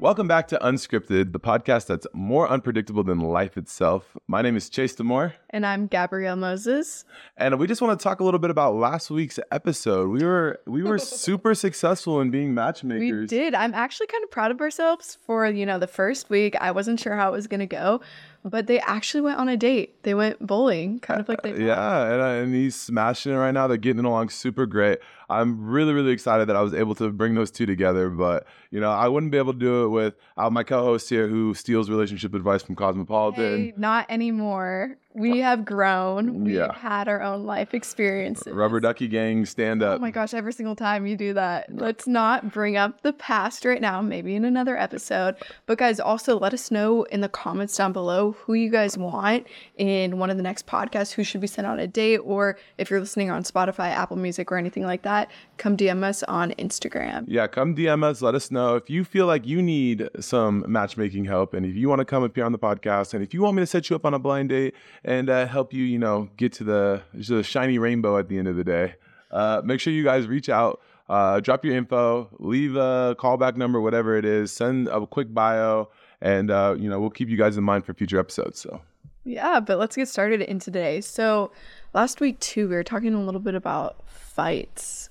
Welcome back to Unscripted, the podcast that's more unpredictable than life itself. My name is Chase Demore, And I'm Gabrielle Moses. and we just want to talk a little bit about last week's episode. We were we were super successful in being We matchmakers. did. I'm actually kind of proud of ourselves for, you know, the first week. I wasn't sure how it was going to go, but they actually went on a date. They went bowling, kind of like they Yeah, and, uh, and he's smashing it right now. They're getting along super great. I'm really, really excited that I was able to bring those two together. But you know, I wouldn't be able to do it with uh, my co-host here, who steals relationship advice from Cosmopolitan. Hey, not anymore. We have grown. We've Uh, Yeah. had our own life experiences. Rubber Ducky Gang, stand Oh up. my gosh, every single time you do that. Let's not bring up the past right now, maybe in another episode. But guys, also let us know in the comments down below who you guys want in one of the next podcasts, who should be sent on a date, or if you're listening on Spotify, Apple Music, or anything like that, come DM us on Instagram. Yeah, come DM us. Let us know if you feel like you need some matchmaking help, and if you want to come appear on the podcast, and if you want me to set you up on a blind date and uh, help you, you know, get to the, to the shiny rainbow at the end of the day. Uh, make sure you guys reach out, uh, drop your info, leave a callback number, whatever it is, send a quick bio, and uh, you know we'll keep you guys in mind for future episodes. So Yeah, but let's get started in today. So, last week, too, we were talking a little bit about fights.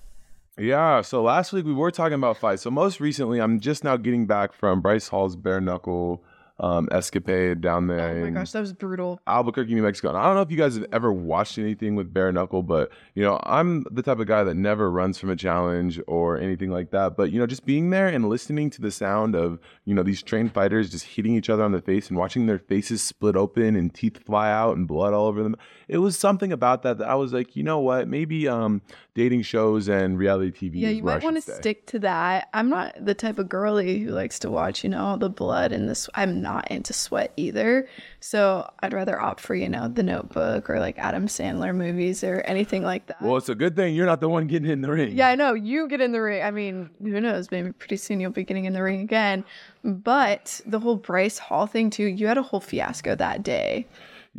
yeah, so last week we were talking about fights. So most recently, I'm just now getting back from Bryce Hall's bare knuckle. Um, escapade down there. Oh my in- gosh, that was brutal. Albuquerque, New Mexico. And I don't know if you guys have ever watched anything with bare knuckle, but you know, I'm the type of guy that never runs from a challenge or anything like that. But you know, just being there and listening to the sound of you know these trained fighters just hitting each other on the face and watching their faces split open and teeth fly out and blood all over them. It was something about that that I was like, you know what? Maybe um dating shows and reality TV. Yeah, is you where I might should want to stay. stick to that. I'm not the type of girly who likes to watch, you know, all the blood and this. I'm not into sweat either. So I'd rather opt for, you know, The Notebook or like Adam Sandler movies or anything like that. Well, it's a good thing you're not the one getting in the ring. yeah, I know. You get in the ring. I mean, who knows? Maybe pretty soon you'll be getting in the ring again. But the whole Bryce Hall thing, too, you had a whole fiasco that day.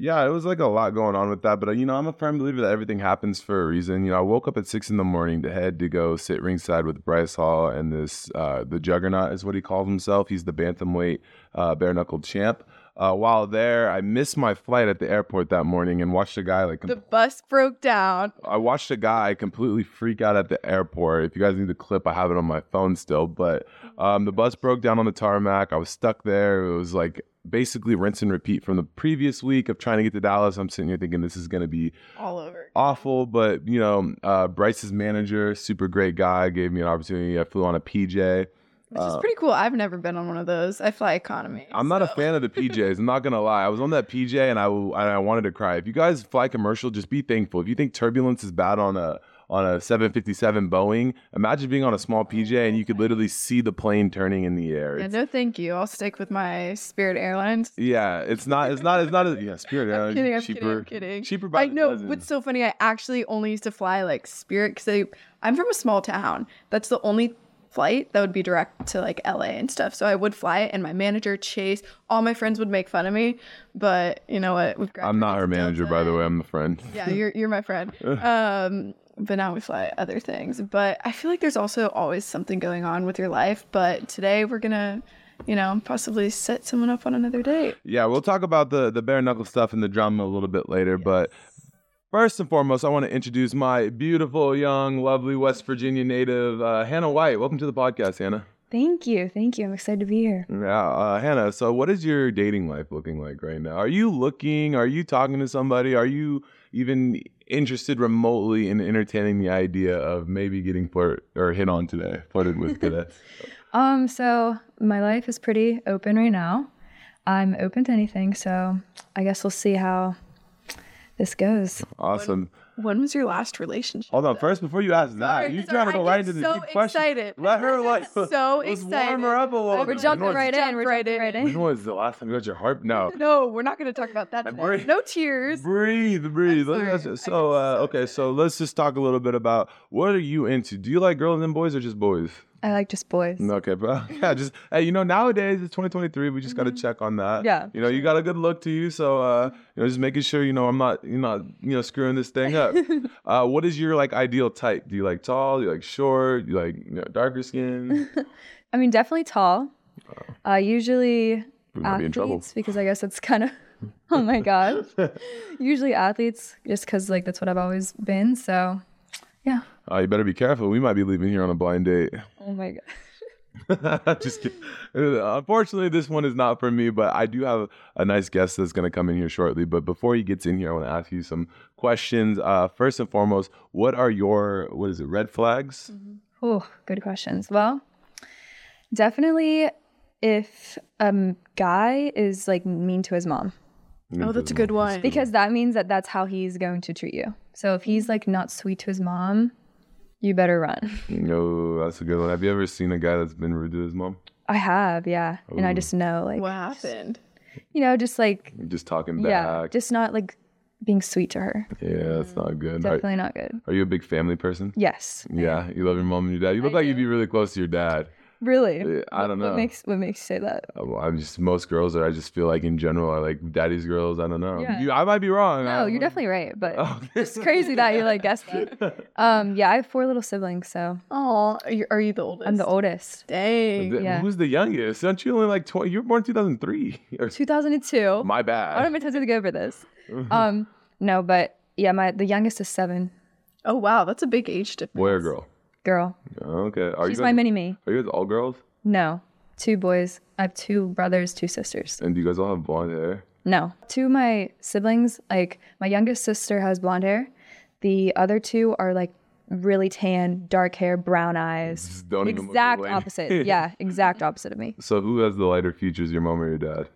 Yeah, it was like a lot going on with that, but uh, you know, I'm a firm believer that everything happens for a reason. You know, I woke up at six in the morning to head to go sit ringside with Bryce Hall and this uh, the Juggernaut is what he calls himself. He's the bantamweight uh, bare knuckled champ. Uh, while there, I missed my flight at the airport that morning and watched a guy like The bus broke down. I watched a guy completely freak out at the airport. If you guys need the clip, I have it on my phone still. But um, the bus broke down on the tarmac. I was stuck there. It was like basically rinse and repeat from the previous week of trying to get to Dallas. I'm sitting here thinking this is going to be All over. awful, but you know, uh, Bryce's manager, super great guy, gave me an opportunity. I flew on a PJ. Which is pretty cool. I've never been on one of those. I fly economy. Uh, I'm not a fan of the PJs. I'm not gonna lie. I was on that PJ and I w- and I wanted to cry. If you guys fly commercial, just be thankful. If you think turbulence is bad on a on a 757 Boeing, imagine being on a small PJ and you could literally see the plane turning in the air. Yeah, It's, no, thank you. I'll stick with my Spirit Airlines. yeah, it's not. It's not. It's not. A, yeah, Spirit Airlines Kidding, I'm cheaper. kidding, I'm kidding. Cheaper by I the know. dozen. What's so funny? I actually only used to fly like Spirit because I'm from a small town. That's the only flight that would be direct to like LA and stuff. So I would fly it, and my manager Chase, all my friends would make fun of me. But you know what? We've I'm not her manager, by the way. I'm the friend. yeah, you're you're my friend. Uh. Um, but now we fly other things. But I feel like there's also always something going on with your life. But today we're gonna, you know, possibly set someone up on another date. Yeah, we'll talk about the the bare knuckle stuff and the drama a little bit later, but first and foremost, I want to introduce my beautiful, young, lovely West Virginia native, uh, Hannah White. Welcome to the podcast, Hannah. Thank you. Thank you. I'm excited to be here. Yeah, uh, Hannah. So, what is your dating life looking like right now? Are you looking? Are you talking to somebody? Are you even interested remotely in entertaining the idea of maybe getting flirt or hit on today, flirted with today? Um, so my life is pretty open right now. I'm open to anything, so I guess we'll see how this goes. awesome. When was your last relationship? Hold on, first before Oh, you ask that, Sorry, you're sorry, trying to go I right get into the so deep question. excited. Let her like So let's warm excited. her up a little. We're bit. jumping When was- right in, we're jumping right When was the last time you got your heart? No. No, we're not going to talk about that. I'm today. worried. No tears. Breathe, breathe. Let- sorry. that's- I get So, uh, so okay, so let's just talk a little bit about what are you into? Do you like girls and boys or just boys? I like just boys. Okay, bro. Yeah, just hey, you know, nowadays it's 2023. We just got Mm-hmm. to check on that. Yeah. You know, you got a good look to you, so uh, you know, just making sure you know I'm not you know you know screwing this thing up. uh, what is your like ideal type? Do you like tall? Do you like short? Do you like you know, darker skin? I mean, definitely tall. Uh, Oh. usually We might be in trouble. athletes because I guess it's kind of. Oh my god. usually athletes, just because like that's what I've always been. So, yeah. Uh, you better be careful. We might be leaving here on a blind date. Oh my god. just kidding. Unfortunately, this one is not for me, but I do have a nice guest that's going to come in here shortly. But before he gets in here, I want to ask you some questions. Uh, first and foremost, what are your what is it? Red flags? Oh, good questions. Well, definitely if a um, guy is like mean to his mom, Oh, that's a good one. because that means that that's how he's going to treat you. So if he's like not sweet to his mom, you better run. No, that's a good one. Have you ever seen a guy that's been rude to his mom? I have, yeah. And I just know, like, What happened? you know, just like, Just talking yeah, back. Yeah, just not like being sweet to her. that's not good. Are, Definitely not good. are you a big family person? Yes, Yeah, you love your mom and your dad. You look like you'd be really close to your dad. really. I don't know. What makes what makes you say that? Uh, well, I'm just most girls that I just feel like in general are like daddy's girls. I don't know. Yeah. You, I Oh. might be wrong. No, Oh, you're definitely right, but it's crazy that you like guessed that. Um, yeah, I have four little siblings, so Oh, are you, are you the oldest? I'm the oldest. Dang. Th- yeah. Who's the youngest? Aren't you only like 20? You were born 2003. Or- 2002. My I don't have bad. many times to go over this. Um, no, but yeah, my the youngest is seven, Oh wow, that's a big age difference. Boy or girl? girl. Okay. Are She's you my guys, mini me. Are you guys all girls? No, two boys. I have two brothers, two sisters. And do you guys all have blonde hair? No, two of my siblings. Like my youngest sister has blonde hair. The other two are like really tan, dark hair, brown eyes. Just don't even look Exact related. opposite. Yeah, exact opposite of me. So who has the lighter features, your mom or your dad?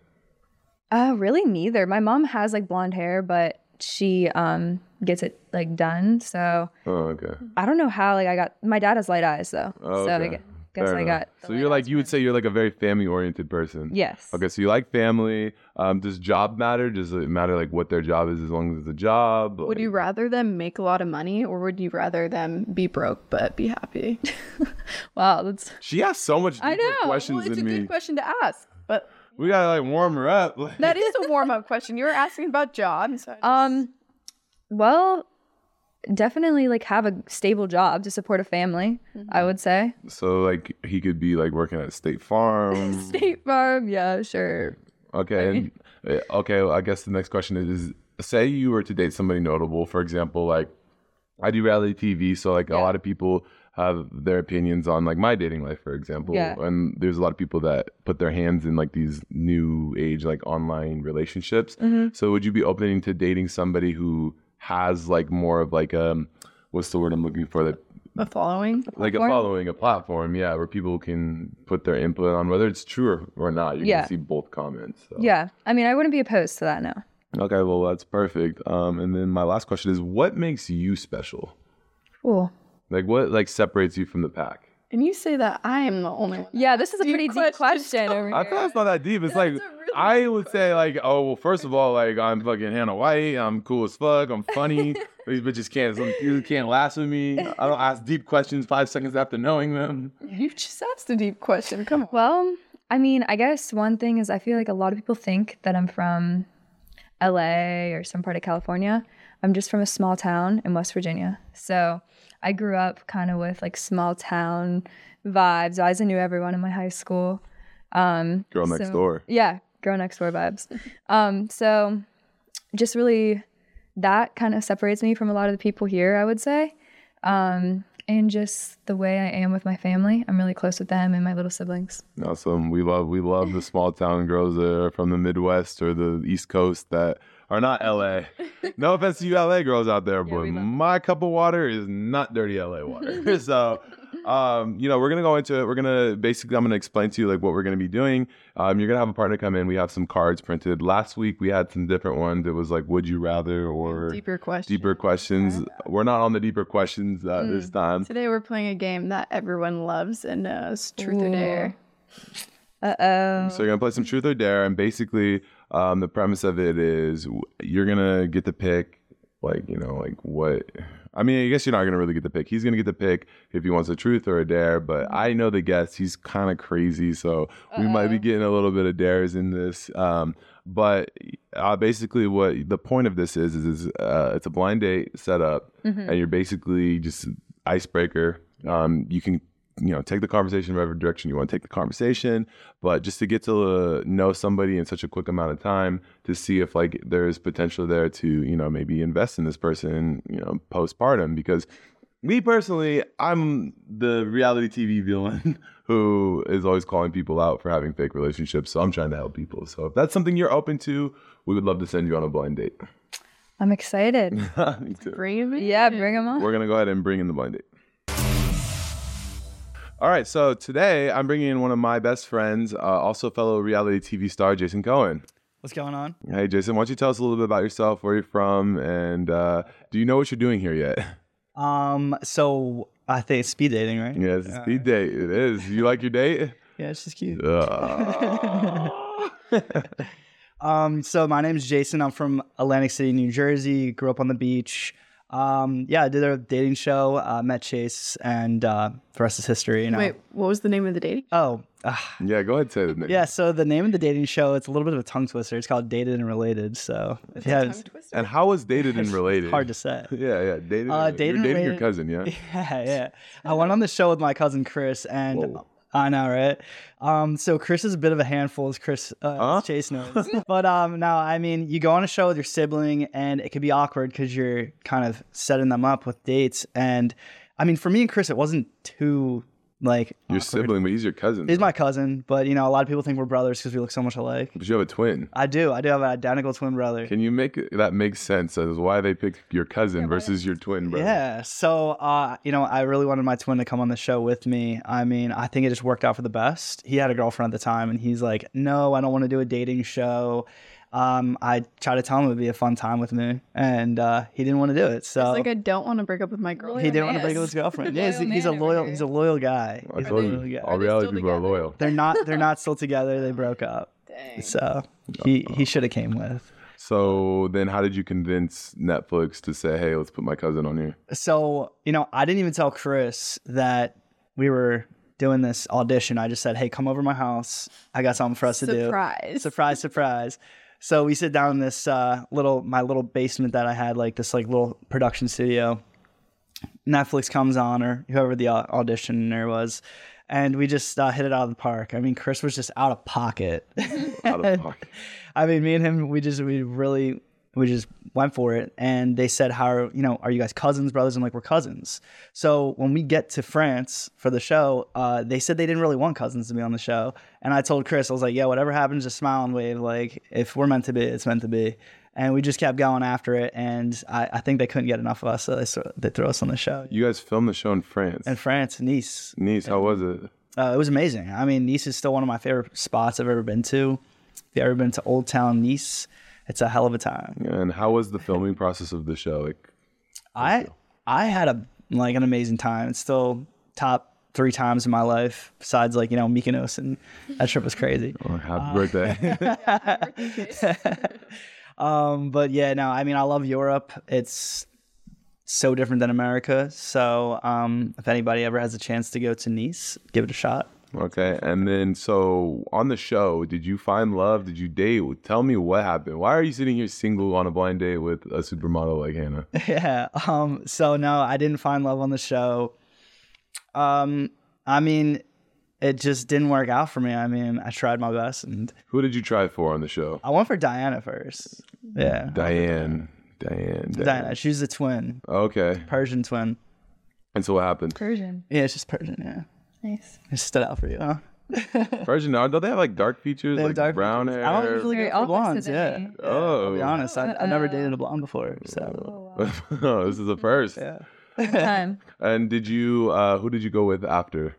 Uh, really neither. My mom has like blonde hair, but she um gets it like done. So Oh, okay. I don't know how like I got my dad has light eyes though. Oh, So I okay. gu- guess Fair I enough. got the So you're like, you would say you're like a very family oriented person. yes. Okay, so you like family. Um, does job matter? Does it matter like what their job is as long as it's a job? Would you rather them make a lot of money or would you rather them be broke but be happy? Wow, that's She asked so much I deeper know. Well, questions well, it's a than me. good question to ask, but We gotta like warm her up. Like, that is a warm up question. You were asking about jobs. so I just- um well definitely like have a stable job to support a family, I would say. so like he could be like working at State Farm. State Farm, yeah, sure. Okay. And, uh, okay. Well, I guess the next question is, is: Say you were to date somebody notable, for example, like I do reality TV, so like a lot of people have their opinions on like my dating life, for example. Yeah. And there's a lot of people that put their hands in like these new age like online relationships. Mm-hmm. So would you be opening to dating somebody who has like more of like um what's the word I'm looking for that the following. like a Platform? following a platform, yeah, where people can put their input on whether it's true or, or not. You Yeah. can see both comments. so. Yeah. I mean I wouldn't be opposed to that, no. Okay, well that's perfect. Um, and then my last question is, what makes you special? Cool. Like what like separates you from the pack? And you say that I am the only one. Yeah, this is a Deep pretty deep questions. question over I here. thought it's not that deep. It's like a really I would say like, oh well, first of all, like I'm fucking Hannah White. I'm cool as fuck. I'm funny. These bitches can't some dudes can't last with me. I don't ask deep questions five seconds after knowing them. You just asked a deep question. Come on. Well, I mean, I guess one thing is I feel like a lot of people think that I'm from LA or some part of California. I'm just from a small town in West Virginia. So I grew up kind of with like small town vibes. I always knew everyone in my high school. Girl next So- door. Yeah, girl next door vibes. Um, so just really that kind of separates me from a lot of the people here, I would say. Um, and just the way I am with my family. I'm really close with them and my little siblings. Awesome. We love we love the small town girls that are from the Midwest or the East Coast that are not LA. No offense to you LA girls out there, but my cup of water is not dirty LA water. so um, you know, we're gonna go into it. We're gonna basically I'm gonna explain to you like what we're gonna be doing. Um, you're gonna have a partner come in. We have some cards printed. Last week we had some different ones. It was like would you rather or Deeper question. deeper questions. We're not on the deeper questions uh, this time. Today we're playing a game that everyone loves and knows, Truth or Ooh. Dare. Uh oh. Um, So you're gonna play some truth or dare, and basically, um, the premise of it is w- you're gonna get to pick, like you know, like what I mean, I guess you're not gonna really get the pick. He's gonna get the pick if he wants a truth or a dare. But I know the guest. He's kind of crazy, so we might be Uh-oh. getting a little bit of dares in this. Um, but uh, basically, what the point of this is is, is uh, it's a blind date setup, and you're basically just icebreaker. Um, you can you know take the conversation whatever direction you want to take the conversation, but just to get to uh, know somebody in such a quick amount of time to see if like there's potential there to you know maybe invest in this person you know postpartum because me personally, I'm the reality TV villain who is always calling people out for having fake relationships. So I'm trying to help people. So if that's something you're open to, we would love to send you on a blind date. I'm excited. Me too. Bring him in. yeah, bring them on. We're gonna go ahead and bring in the blind date. All right, so today I'm bringing in one of my best friends, uh, also fellow reality TV star Jason Cohen. What's going on? Hey, Jason, why don't you tell us a little bit about yourself, where you're from, and uh, do you know what you're doing here yet? Um, so I think it's speed dating, right? Yeah, it's a Uh, speed date. It is. You like your date? Yeah, it's just cute. Ugh. Um, so my name's Jason. I'm from Atlantic City, New Jersey. Grew up on the beach. Um, yeah, I did a dating show. Uh, met Chase, and uh, the rest is history. You know. Wait, what was the name of the dating? Oh, uh, yeah, go ahead and say the name. yeah. So the name of the dating show. It's a little bit of a tongue twister. It's called Dated and Related. So yeah, it's And how was dated and related? hard to say. Yeah, yeah. Dated. Uh, and- You're dated and dating your related- cousin, yeah. Yeah, yeah. I went on the show with my cousin Chris, and Whoa. I know, right? Um, so Chris is a bit of a handful, as Chris uh, Huh? as Chase knows. but um, no, I mean, you go on a show with your sibling, and it could be awkward because you're kind of setting them up with dates. And I mean, for me and Chris, it wasn't too like Your awkward. sibling, but he's your cousin. He's my cousin, but you know, a lot of people think we're brothers because we look so much alike. But you have a twin. I do. I do have an identical twin brother. Can you make it- that make sense as why they picked your cousin versus your twin brother? Yeah. So, uh, you know, I really wanted my twin to come on the show with me. I mean, I think it just worked out for the best. He had a girlfriend at the time, and he's like, no, I don't want to do a dating show. Um, I tried to tell him it would be a fun time with me, and uh, he didn't want to do it. So It's like I don't want to break up with my girl. he didn't want to break up with his girlfriend. yeah, he's, Loyal he's a man over loyal, here. he's a loyal guy. I He's a told loyal you, guy. all they reality still people are together? loyal. They're not. They're not still together. They broke up. Dang. So he he should have came with. So then, how did you convince Netflix to say, "Hey, let's put my cousin on here"? so you know i didn't even tell chris that we were doing this audition i just said hey come over to my house i got something for us to do Surprise. surprise surprise so we sit down in this uh, little my little basement that i had like this like little production studio netflix comes on or whoever the au- auditioner was and we just uh, hit it out of the park i mean chris was just out of pocket Out of pocket. I mean, me and him, we just we really we just went for it, and they said, "How are you know? Are you guys cousins, brothers?" I'm like, "We're cousins." So when we get to France for the show, uh, they said they didn't really want cousins to be on the show, and I told Chris, I was like, "Yeah, whatever happens, just smile and wave. Like if we're meant to be, it's meant to be." And we just kept going after it, and I, I think they couldn't get enough of us, so they, sort- they threw us on the show. You guys filmed the show in France. In France, Nice, Nice. How was it? uh, it was amazing. I mean, Nice is still one of my favorite spots I've ever been to. If you have ever been to Old Town Nice, it's a hell of a time. And how was the filming process of the show? Like, I I had a like an amazing time. It's still top three times in my life. Besides, like you know, Mykonos and that trip was crazy. oh, happy birthday. Um, but yeah, no, I mean, I love Europe. It's so different than America. So um, if anybody ever has a chance to go to Nice, give it a shot. Okay, and then so on the show, did you find love? Did you date? Tell me what happened. Why are you sitting here single on a blind date with a supermodel like Hannah? yeah. Um, so no, I didn't find love on the show. Um, I mean, it just didn't work out for me. I mean, I tried my best, and Who did you try for on the show? I went for Diana first. Yeah, Diane. Diane. Diana. She's a twin, Okay. Persian twin. And so what happened? Persian. Yeah, she's Persian. Yeah, Nice. it stood out for you. Huh? Persian. Don't they have like dark features? They have like dark brown features. hair. I don't usually Very go for blondes. opposite Yeah, of me. Uh, oh. to be honest, I, I've never dated a blonde before. So oh, this is the first. yeah, Time. And did you? uh Who did you go with after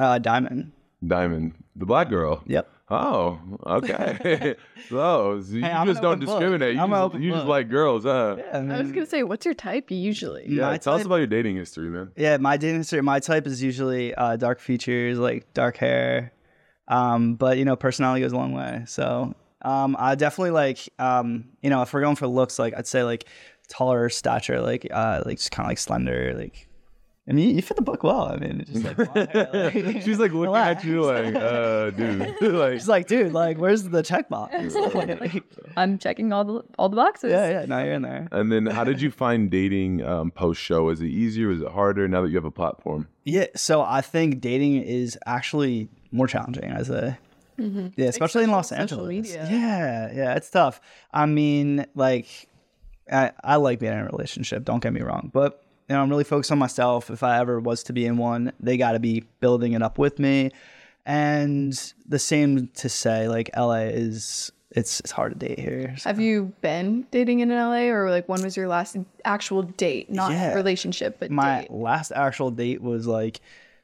oh. uh, Diamond. Diamond? The black girl. Yep. Oh, okay. so, so you Hey, I'm just an don't open book. discriminate. You I'm an just, open you just book. like girls, huh? Yeah. I mean, I was gonna say, what's your type usually? my tell us type- about your dating history, man. Yeah, my dating history, my type is usually uh, dark features, like dark hair. Um, but you know, personality goes a long way. So um, I definitely like, um, you know, if we're going for looks, like I'd say like taller stature, like uh, like just kind of like slender, like. I mean, you fit the book well. I mean, it's just like, blonde hair, like She's like looking at you like, uh, dude. like, she's like, dude, like, where's the checkbox? like, I'm checking all the all the boxes. yeah, yeah, now you're in there. and then how did you find dating um, post show? Was it easier? Was it harder now that you have a platform? Yeah, so I think dating is actually more challenging as a yeah, especially in Los social Angeles. media. Yeah, yeah, it's tough. I mean, like, I, I like being in a relationship. Don't get me wrong, but you know, I'm really focused on myself. If I ever was to be in one, they got to be building it up with me. And the same to say, like, LA is it's it's hard to date here. Have you been dating in LA or like when was your last actual date? Not Yeah. relationship, but My date. last actual date was like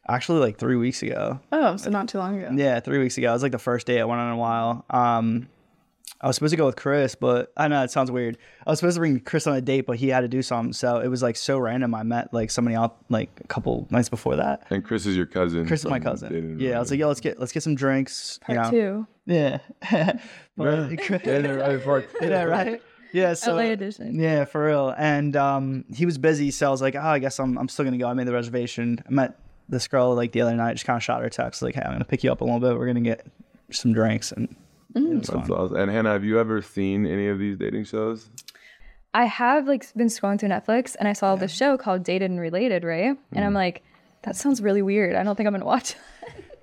actually like three weeks ago. Oh, so not too long ago. Yeah, three weeks ago. It was like the first date I went on in a while. Um, I was supposed to go with Chris, but I know it sounds weird. I was supposed to bring Chris on a date, but he had to do something. So it was like so random. I met like somebody out like a couple nights before that. And Chris is your cousin. Chris is from my Dating cousin. and Yeah, I was like, yo, let's get let's get some drinks. you Part know. two. Yeah. but, Relations. Dating and Relations part two. yeah, right. Yeah, so LA edition. yeah, for real. And um, he was busy, so I was like, oh, I guess I'm, I'm still gonna go. I made the reservation. I met this girl like the other night. Just kind of shot her a text like, hey, I'm gonna pick you up a little bit. We're gonna get some drinks and. it was That's fun. awesome. And Hannah, have you ever seen any of these dating shows? I have like been scrolling through Netflix and I saw this show called Dated and Related, right? And I'm like, that sounds really weird. I don't think I'm gonna watch.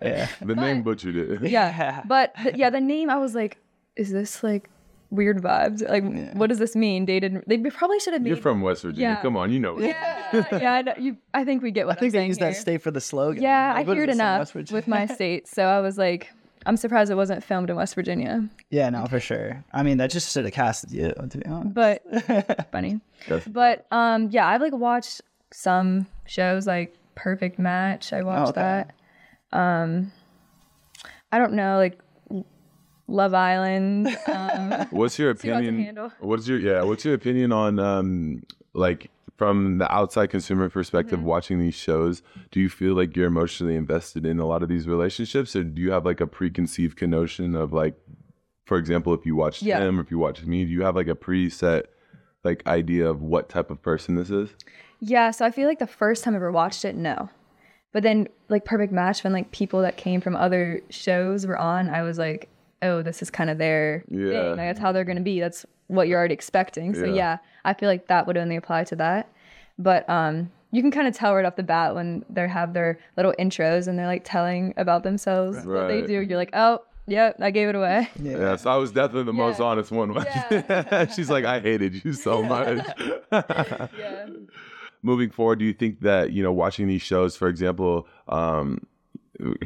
Yeah. The name butchered it. yeah, but the, yeah, the name I was like, is this like weird vibes? Like, what does this mean? Dated? and- They probably should have made. You're from West Virginia. Yeah. Come on, you know. it. yeah, yeah. I, know, you, I think we get what I think am they use that state for the slogan. Yeah, Like, I what is heard this in enough West Virginia? with my state, so I was like, I'm surprised it wasn't filmed in West Virginia. Yeah, no, for sure. I mean, that just should have casted you. To be honest. But funny. That's- But um, yeah, I've like watched some shows like Perfect Match. I watched okay. that. Um, I don't know, like L- Love Island. Um, What's your hard to opinion? handle. What's your yeah? What's your opinion on um like from the outside consumer perspective Mm-hmm. watching these shows? Do you feel like you're emotionally invested in a lot of these relationships, or do you have like a preconceived notion of like, for example, if you watched Yeah. him or if you watched me, do you have like a preset like idea of what type of person this is? yeah, so I feel like the first time I ever watched it, no. But then like Perfect Match, when like people that came from other shows were on, I was like, oh, this is kind of their Yeah. thing. Like, that's how they're gonna be. That's what you're already expecting. So Yeah. yeah, I feel like that would only apply to that. But um, you can kind of tell right off the bat when they have their little intros and they're like telling about themselves what they Right. do. You're like, oh, yep, I gave it away. Yeah. so I was definitely the most honest one. She's like, I hated you so much. yeah. moving forward, do you think that you know watching these shows, for example, um,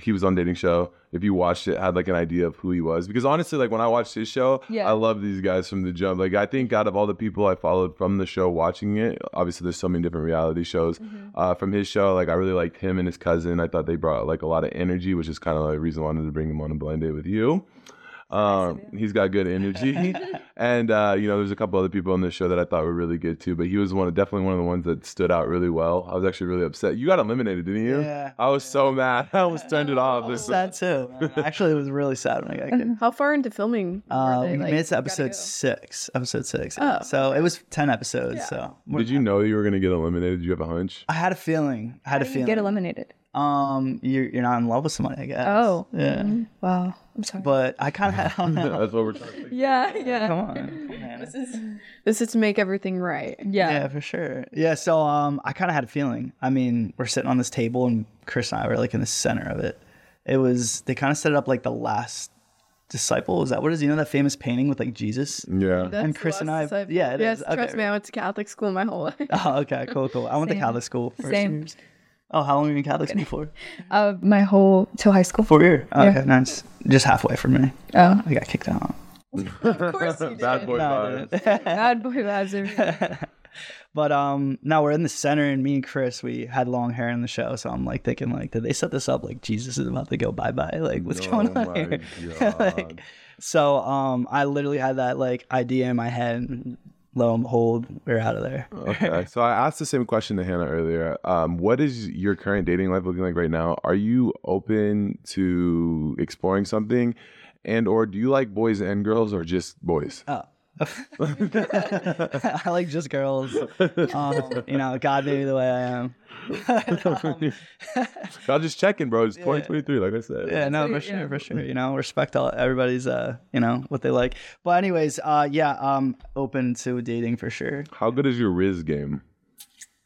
he was on dating show. If you watched it, had like an idea of who he was, because honestly, like when I watched his show, Yeah. I love these guys from the jump. Like I think out of all the people I followed from the show, watching it, obviously there's so many different reality shows. Uh, from his show, like I really liked him and his cousin. I thought they brought like a lot of energy, which is kind of like the reason I wanted to bring him on a blind date with you. Um, he's got good energy, and uh, you know, there's a couple other people on this show that I thought were really good too. But he was one, definitely one of the ones that stood out really well. I was actually really upset. You got eliminated, didn't you? Yeah. I was so mad. I almost turned it off. This sad too. man. Actually, it was really sad when I got kicked. How far into filming? Uh, were they? we Like, made it to gotta go. episode six. Episode six. so it was ten episodes. So Did you know you were gonna get eliminated? Did you have a hunch? I had a feeling. I had a You feeling. get eliminated. um, you're you're not in love with somebody, I guess. Oh. Yeah. Mm-hmm. Wow. I'm sorry. But I kind of had. I don't know. That's what we're talking. yeah, yeah. Come on. man. This is to make everything right. Yeah. Yeah, for sure. Yeah, so um, I kind of had a feeling. I mean, we're sitting on this table, and Chris and I were like in the center of it. It was they kind of set it up like the last disciple. Is that what it is? You know that famous painting with like Jesus? Yeah. That's And Chris the and last I- I've- yeah, it yes, is. Okay. trust me, I went to Catholic school my whole life. Oh, okay, cool, cool. I went to Catholic school. First Same. Years. Oh, how long were you in Catholic school for? Uh, my whole till high school. Four year. Oh, Okay, nice. Just halfway for me. Oh, I got kicked out. Bad boy vibes. bad boy vibes. everywhere. But um, now we're in the center, and me and Chris, we had long hair in the show, so I'm like thinking, like, did they set this up? Like, Jesus is about to go bye bye. Like, what's going Oh my on here? God. like, so um, I literally had that like idea in my head. and Lo and behold, we're out of there. okay. So I asked the same question to Hannah earlier. Um, what is your current dating life looking like right now? Are you open to exploring something, and or do you like boys and girls or just boys? Oh, I like just girls. Um, you know, God made me the way I am. Um, I'll just check in, bro. It's 2023, like I said. yeah, no, for sure, for sure. You know, respect all everybody's, uh, you know, what they like. But anyways, uh, yeah, um, open to dating for sure. How good is your Riz game?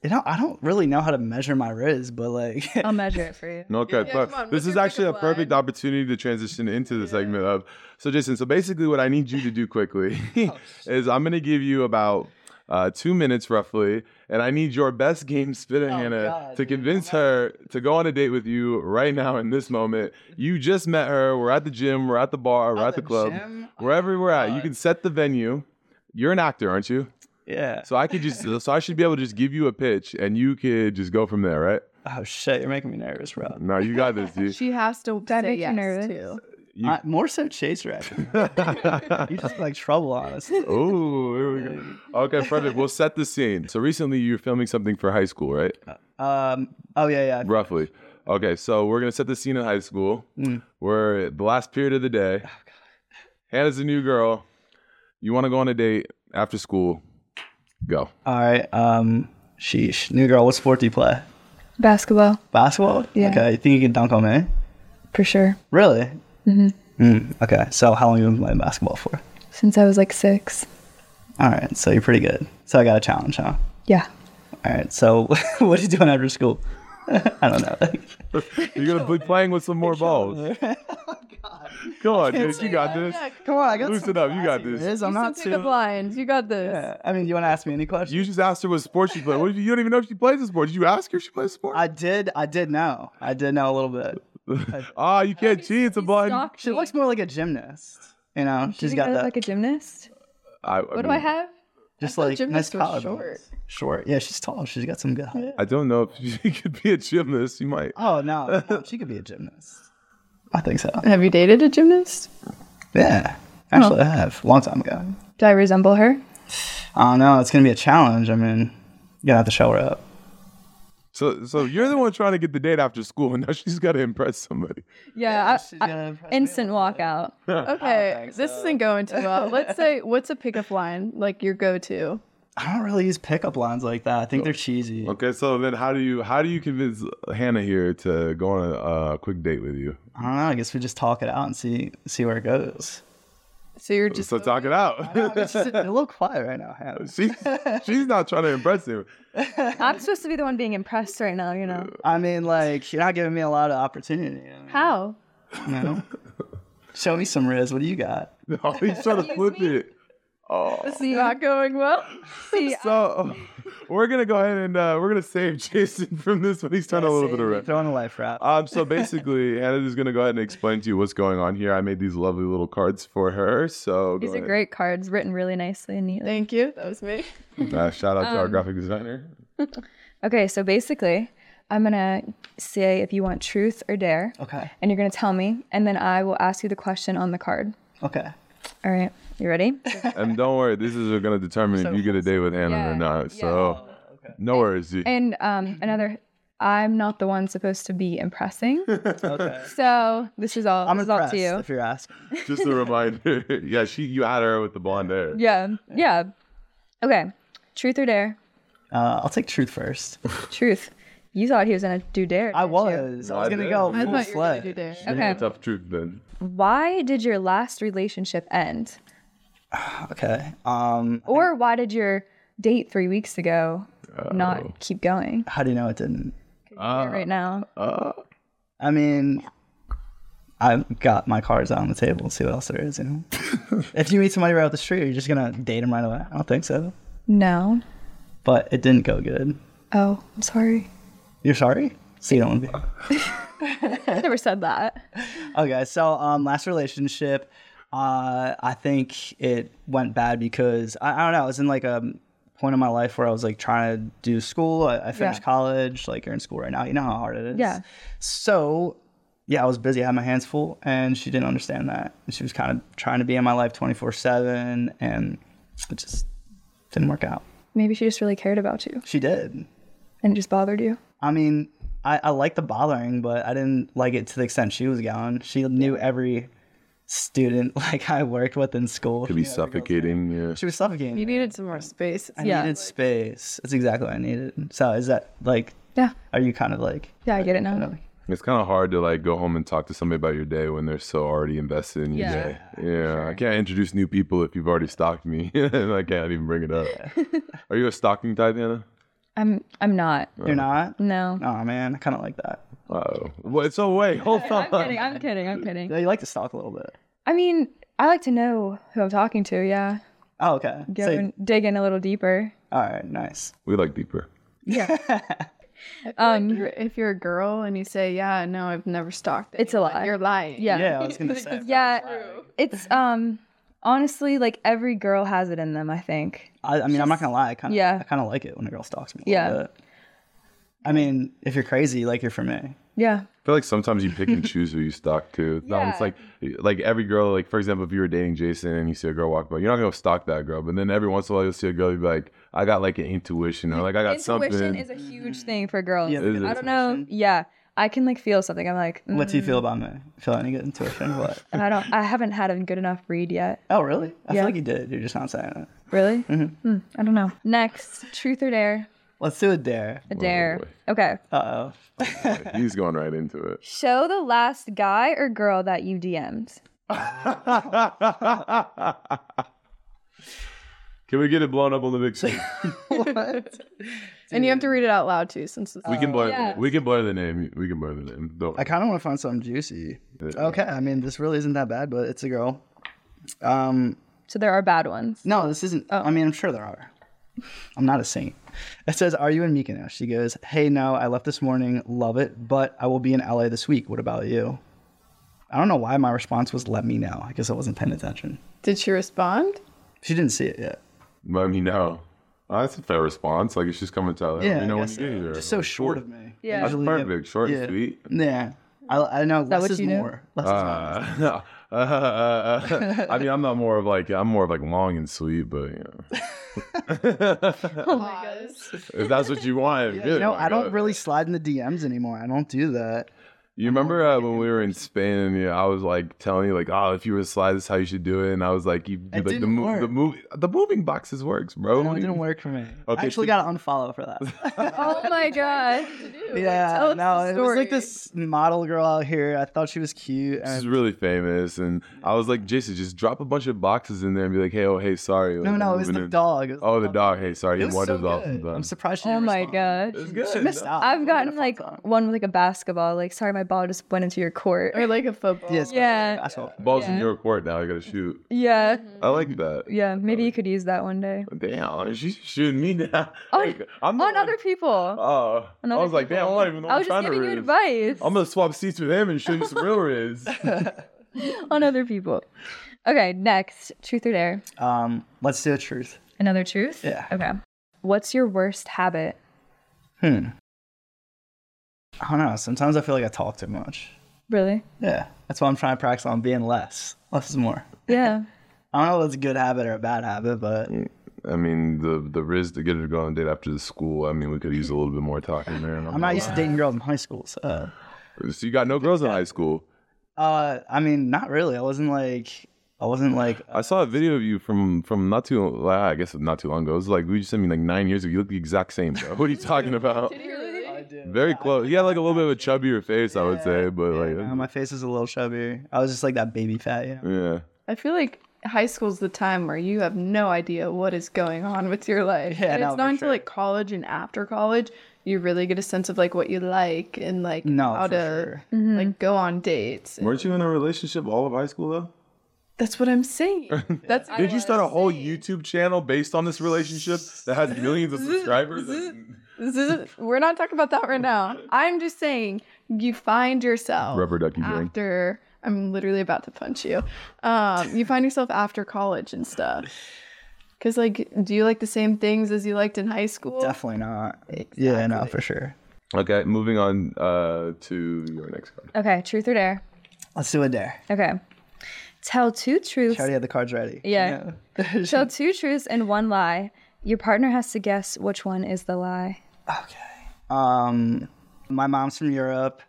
You know, I don't really know how to measure my riz, but like, I'll measure it for you. No, Okay, Yeah, fuck. come on, this what's is your actually a pickup perfect opportunity to transition into the segment of. So, Jason, so basically, what I need you to do quickly is I'm going to give you about uh, two minutes roughly, and I need your best game spinner, Hannah, God, to dude. convince her to go on a date with you right now in this moment. You just met her. We're at the gym. We're at the bar. We're at the the club. gym? Wherever we're at, you can set the venue. You're an actor, aren't you? yeah. So I could just, so I should be able to just give you a pitch, and you could just go from there, right? Oh shit, you're making me nervous, bro. No, you got this, dude. She has to that say make you yes nervous? too. You- I- more so Chaser, actually. you just like trouble, honestly. Oh, here we go. Okay, Frederick, we'll set the scene. So recently you were filming something for high school, right? Uh, Um, oh yeah, yeah. Roughly. Okay, so we're gonna set the scene in high school. Mm. We're at the last period of the Oh, day. Hannah's a new girl. You want to go on a date after school? Go. All right. Um, sheesh. New girl, what sport do you play? Basketball, Basketball? Yeah. Okay, you think you can dunk on me? for sure. Really? Mm-hmm. okay, so how long you been playing basketball for? Since I was like six. All right, so you're pretty good. So I got a challenge, huh? Yeah. All right, so what are you doing after school? I don't know. You're gonna be playing with some more balls. Oh, Come on, dude, you got this. Come on, I got Loosen up, you got this. Riz, I'm not Pick up too. lines. You got this. I mean, you want to ask me any questions? You just asked her what sport she played. What if you, you don't even know if she plays a sport? Did you ask her if she plays a sport? I did. I did know. I did know a little bit. Ah, you can't cheat. It's a blind. Stalked She me. looks more like a gymnast. You know, she's She's got that. like a gymnast. I, What do I have? just I thought like nice gymnasts were collar. short. Short. Yeah, she's tall. She's got some good height. I don't know if she could be a gymnast. You might. Oh no, no, she could be a gymnast. I think so. Have you dated a gymnast? Yeah, actually, I have. Long time ago. Do I resemble her? I don't know. It's gonna be a challenge. I mean, you're gonna have to show her up. So, so you're the one trying to get the date after school, and now she's got to impress somebody. Yeah. she's I, gonna I, impress me instant walkout. Okay, this isn't going too well. Let's say, what's a pickup line like your go-to? I don't really use pickup lines like that. I think they're cheesy. Okay, so then how do you how do you convince Hannah here to go on a uh, quick date with you? I don't know. I guess we just talk it out and see see where it goes. So you're just So talk it out. She's a little quiet right now, Hannah. she's she's not trying to impress him. I'm supposed to be the one being impressed right now, you know. I mean, like you're not giving me a lot of opportunity. How? You know? Show me some riz. What do you got? No, he's trying to flip it. Oh, this is not going well. See, I- So we're gonna go ahead and uh, we're gonna save Jason from this one. He's trying a little bit of rest. Throwing a life wrap. Um, so basically, Hannah is gonna go ahead and explain to you what's going on here. I made these lovely little cards for her. So go these are ahead. great cards, written really nicely and neatly. Thank you. That was me. Uh, shout out to Um, our graphic designer. Okay, so basically, I'm gonna say if you want truth or dare, Okay. and you're gonna tell me, and then I will ask you the question on the card. Okay. All right, you ready? And don't worry, this is going to determine if you get a date with Hannah or Yeah, Oh, not. So, no worries. G. and um, another, I'm not the one supposed to be impressing. Okay. So this is all. I'm this is all impressed to you. if you're asking. Just a reminder. yeah, she you had her with the blonde hair. Yeah, yeah. Okay, truth or dare? Uh, I'll take truth first. Truth. You thought he was gonna do dare. I didn't you? was. I was I gonna did. go I I thought full you were gonna slut. do dare. Okay. Tough truth then. Why did your last relationship end? Okay. Um, Or why did your date three weeks ago not keep going how do you know it didn't? right now? I mean, I've got my cards out on the table. See what else there is. You know, if you meet somebody right off the street, are you just gonna date them right away? I don't think so. No. But it didn't go good. Oh, I'm sorry. You're sorry. So you don't want to be. I never said that. Okay. So um, last relationship, uh, I think it went bad because I, I don't know. I was in like a point in my life where I was like trying to do school. I, I finished Yeah. college. Like you're in school right now. You know how hard it is. Yeah. So yeah, I was busy. I had my hands full, and she didn't understand that. And she was kind of trying to be in my life 24 seven, and it just didn't work out. Maybe she just really cared about you She did. and it just bothered you. I mean, I, I like the bothering, but I didn't like it to the extent she was going. She knew every student like I worked with in school. Could be suffocating. Yeah. She was suffocating. You needed some more space. I Yeah. needed space. That's exactly what I needed. So is that like? Yeah. Are you kind of like? Yeah, I get it now. It's kind of hard to like go home and talk to somebody about your day when they're so already invested in your Yeah, day. Yeah, I can't introduce new people if you've already stalked me. I can't even bring it up. Are you a stalking type, Hannah? I'm I'm not. Uh. You're not. No. Oh man, I kind of like that. Oh, wait. So wait, hold I'm on. kidding. I'm kidding. I'm kidding. Yeah, you like to stalk a little bit. I mean, I like to know who I'm talking to. Yeah. Oh okay. Go So- and dig in a little deeper. all right, nice. We like deeper. Um, if you're a girl and you say, "Yeah, no, I've never stalked," It's a anyone," lie. You're lying. Yeah. Yeah, I was gonna say. Yeah. It's um honestly like every girl has it in them, I think. I, I mean, I'm not gonna lie. I kind of, Yeah. I kind of like it when a girl stalks me. a Yeah. little bit. I mean, if you're crazy, like you're for me. Yeah. I feel like sometimes you pick and choose who you stalk to. No, it's Yeah. like like every girl. Like for example, if you were dating Jason and you see a girl walk by, you're not gonna stalk that girl. But then every once in a while, you'll see a girl you'll be like, I got like an intuition or like I got Intuition something. is a huge thing for girls. Yeah, Is I it? don't know. Yeah. I can like feel something. I'm like, mm, What do you feel about me? Feel any good intuition? What? I don't I haven't had a good enough read yet. Oh really? I Yeah. feel like you did. You're just not saying it. Really? Mm-hmm. Hmm, I don't know. Next, truth or dare? Let's do a dare. A dare. boy. okay. Uh oh. He's going right into it. Show the last guy or girl that you DM'd. Can we get it blown up on the big screen? And you have to read it out loud too, since it's We can blur. yeah. We can blur the name. We can blur the name. Don't. I kind of want to find something juicy. Okay, I mean, this really isn't that bad, but it's a girl. Um, So there are bad ones. no, this isn't. I mean, I'm sure there are. I'm not a saint. It says, "Are you in Mykonos?" She goes, "Hey, no, I left this morning. Love it, but I will be in LA this week. What about you?" I don't know why my response was, "Let me know." I guess I wasn't paying attention. Did she respond? She didn't see it yet. Let me know. Oh, that's a fair response. Like it's just coming to her. Yeah, you know I when you guess get so. here. Just so short of me. Yeah. That's Usually, perfect. Short yeah. and sweet. Yeah, I, I know less what is you do? more. Less is more. Uh, uh, uh, I mean, I'm not more of like I'm more of like long and sweet, but you know, Oh Pause. if that's what you want, good. You know, my I don't God. really slide in the DMs anymore. I don't do that. You remember uh, when we were in Spain and you know, I was like telling you like, oh, if you were to slide, this is how you should do it, and I was like, you do, like the didn't mo- the work. move the moving boxes works, bro. No, it Like- didn't work for me. Okay, I actually so- got to unfollow for that. Oh my god. yeah, us no, the it was story. like this model girl out here. I thought she was cute. This is And really famous, and I was like, Jason, just drop a bunch of boxes in there and be like, hey, oh, hey, sorry. no, like, no, I'm it was moving the in. dog. It was Oh, the dog. Hey, sorry. It was he so wandered off. good. the- I'm surprised. She Oh didn't my respond. god. It's good. She missed out. I've What gotten the like fuck up? one with like a basketball. Like, sorry, my ball just went into your court. Or like a football? Yes. Yeah. That's all. Ball's in your court now. I gotta shoot. Yeah, I like that. yeah. Maybe you could use that one day Damn, she's shooting me now. On- Like, I'm the on one- other people. Oh, On I other was like, damn, I'm people. not even the oh, I one was just trying to giving you riz. advice I'm gonna swap seats with him and show you some real riz. on other people. Okay, next, truth or dare. Um, let's do a truth. Another truth. Yeah. Okay. What's your worst habit? Hmm. I don't know. Sometimes I feel like I talk too much. Really? Yeah. That's why I'm trying to practice on being less. Less is more. Yeah. I don't know if it's a good habit or a bad habit, but I mean, the the riz to get her to go on a date after the school. I mean, we could use a little bit more talking there. I'm not used to dating girls in high school. So. So you got no girls in high school. Uh, I mean, not really. I wasn't like, I wasn't like, I saw a video of you from from not too well, I guess not too long ago. It was like we just sent me like nine years ago. You look the exact same, bro. What are you talking about? Very close. He had like a little bit of a chubbier face, I would say, but uh, like my face was a little chubbier. I was just like that baby fat, you know? yeah. I feel like high school's the time where you have no idea what is going on with your life. Yeah, and no, it's for not until sure. like college and after college you really get a sense of like what you like and like No, how for to Mm-hmm. like go on dates. Weren't you in a relationship all of high school though? That's what I'm saying. That's Did you start a whole YouTube channel based on this relationship that has millions of subscribers? this is we're not talking about that right now. I'm just saying you find yourself Rubber ducky drink. after I'm literally about to punch you. Um, you find yourself after college and stuff. Cause like, do you like the same things as you liked in high school? Definitely not. Yeah, no, for sure. Okay, moving on uh, to your next card. Okay, truth or dare. Let's do a dare. Okay. Tell two truths. She already had the cards ready. Yeah. Yeah. Tell two truths and one lie. Your partner has to guess which one is the lie. okay. Um, my mom's from Europe.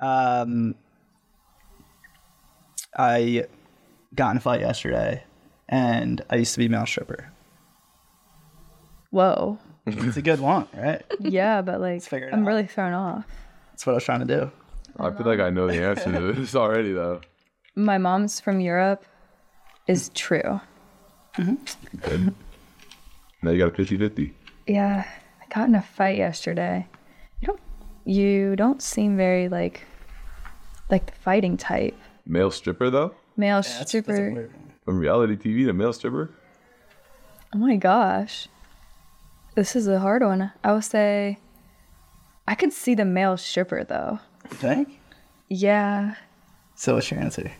Um, I got in a fight yesterday, and I used to be a male stripper. Whoa. It's a good one, right? Yeah, but like figure it I'm out. really thrown off. That's what I was trying to do. I feel like I know the answer to this already, though. My mom's from Europe is true. Now you got a 50 50. Yeah, I got in a fight yesterday. You don't you don't seem very like like the fighting type. Male stripper, though? Male That's, stripper. that's a weird one. From reality TV to male stripper? Oh my gosh. This is a hard one. I will say I could see the male stripper though. You think? Yeah. So what's your answer?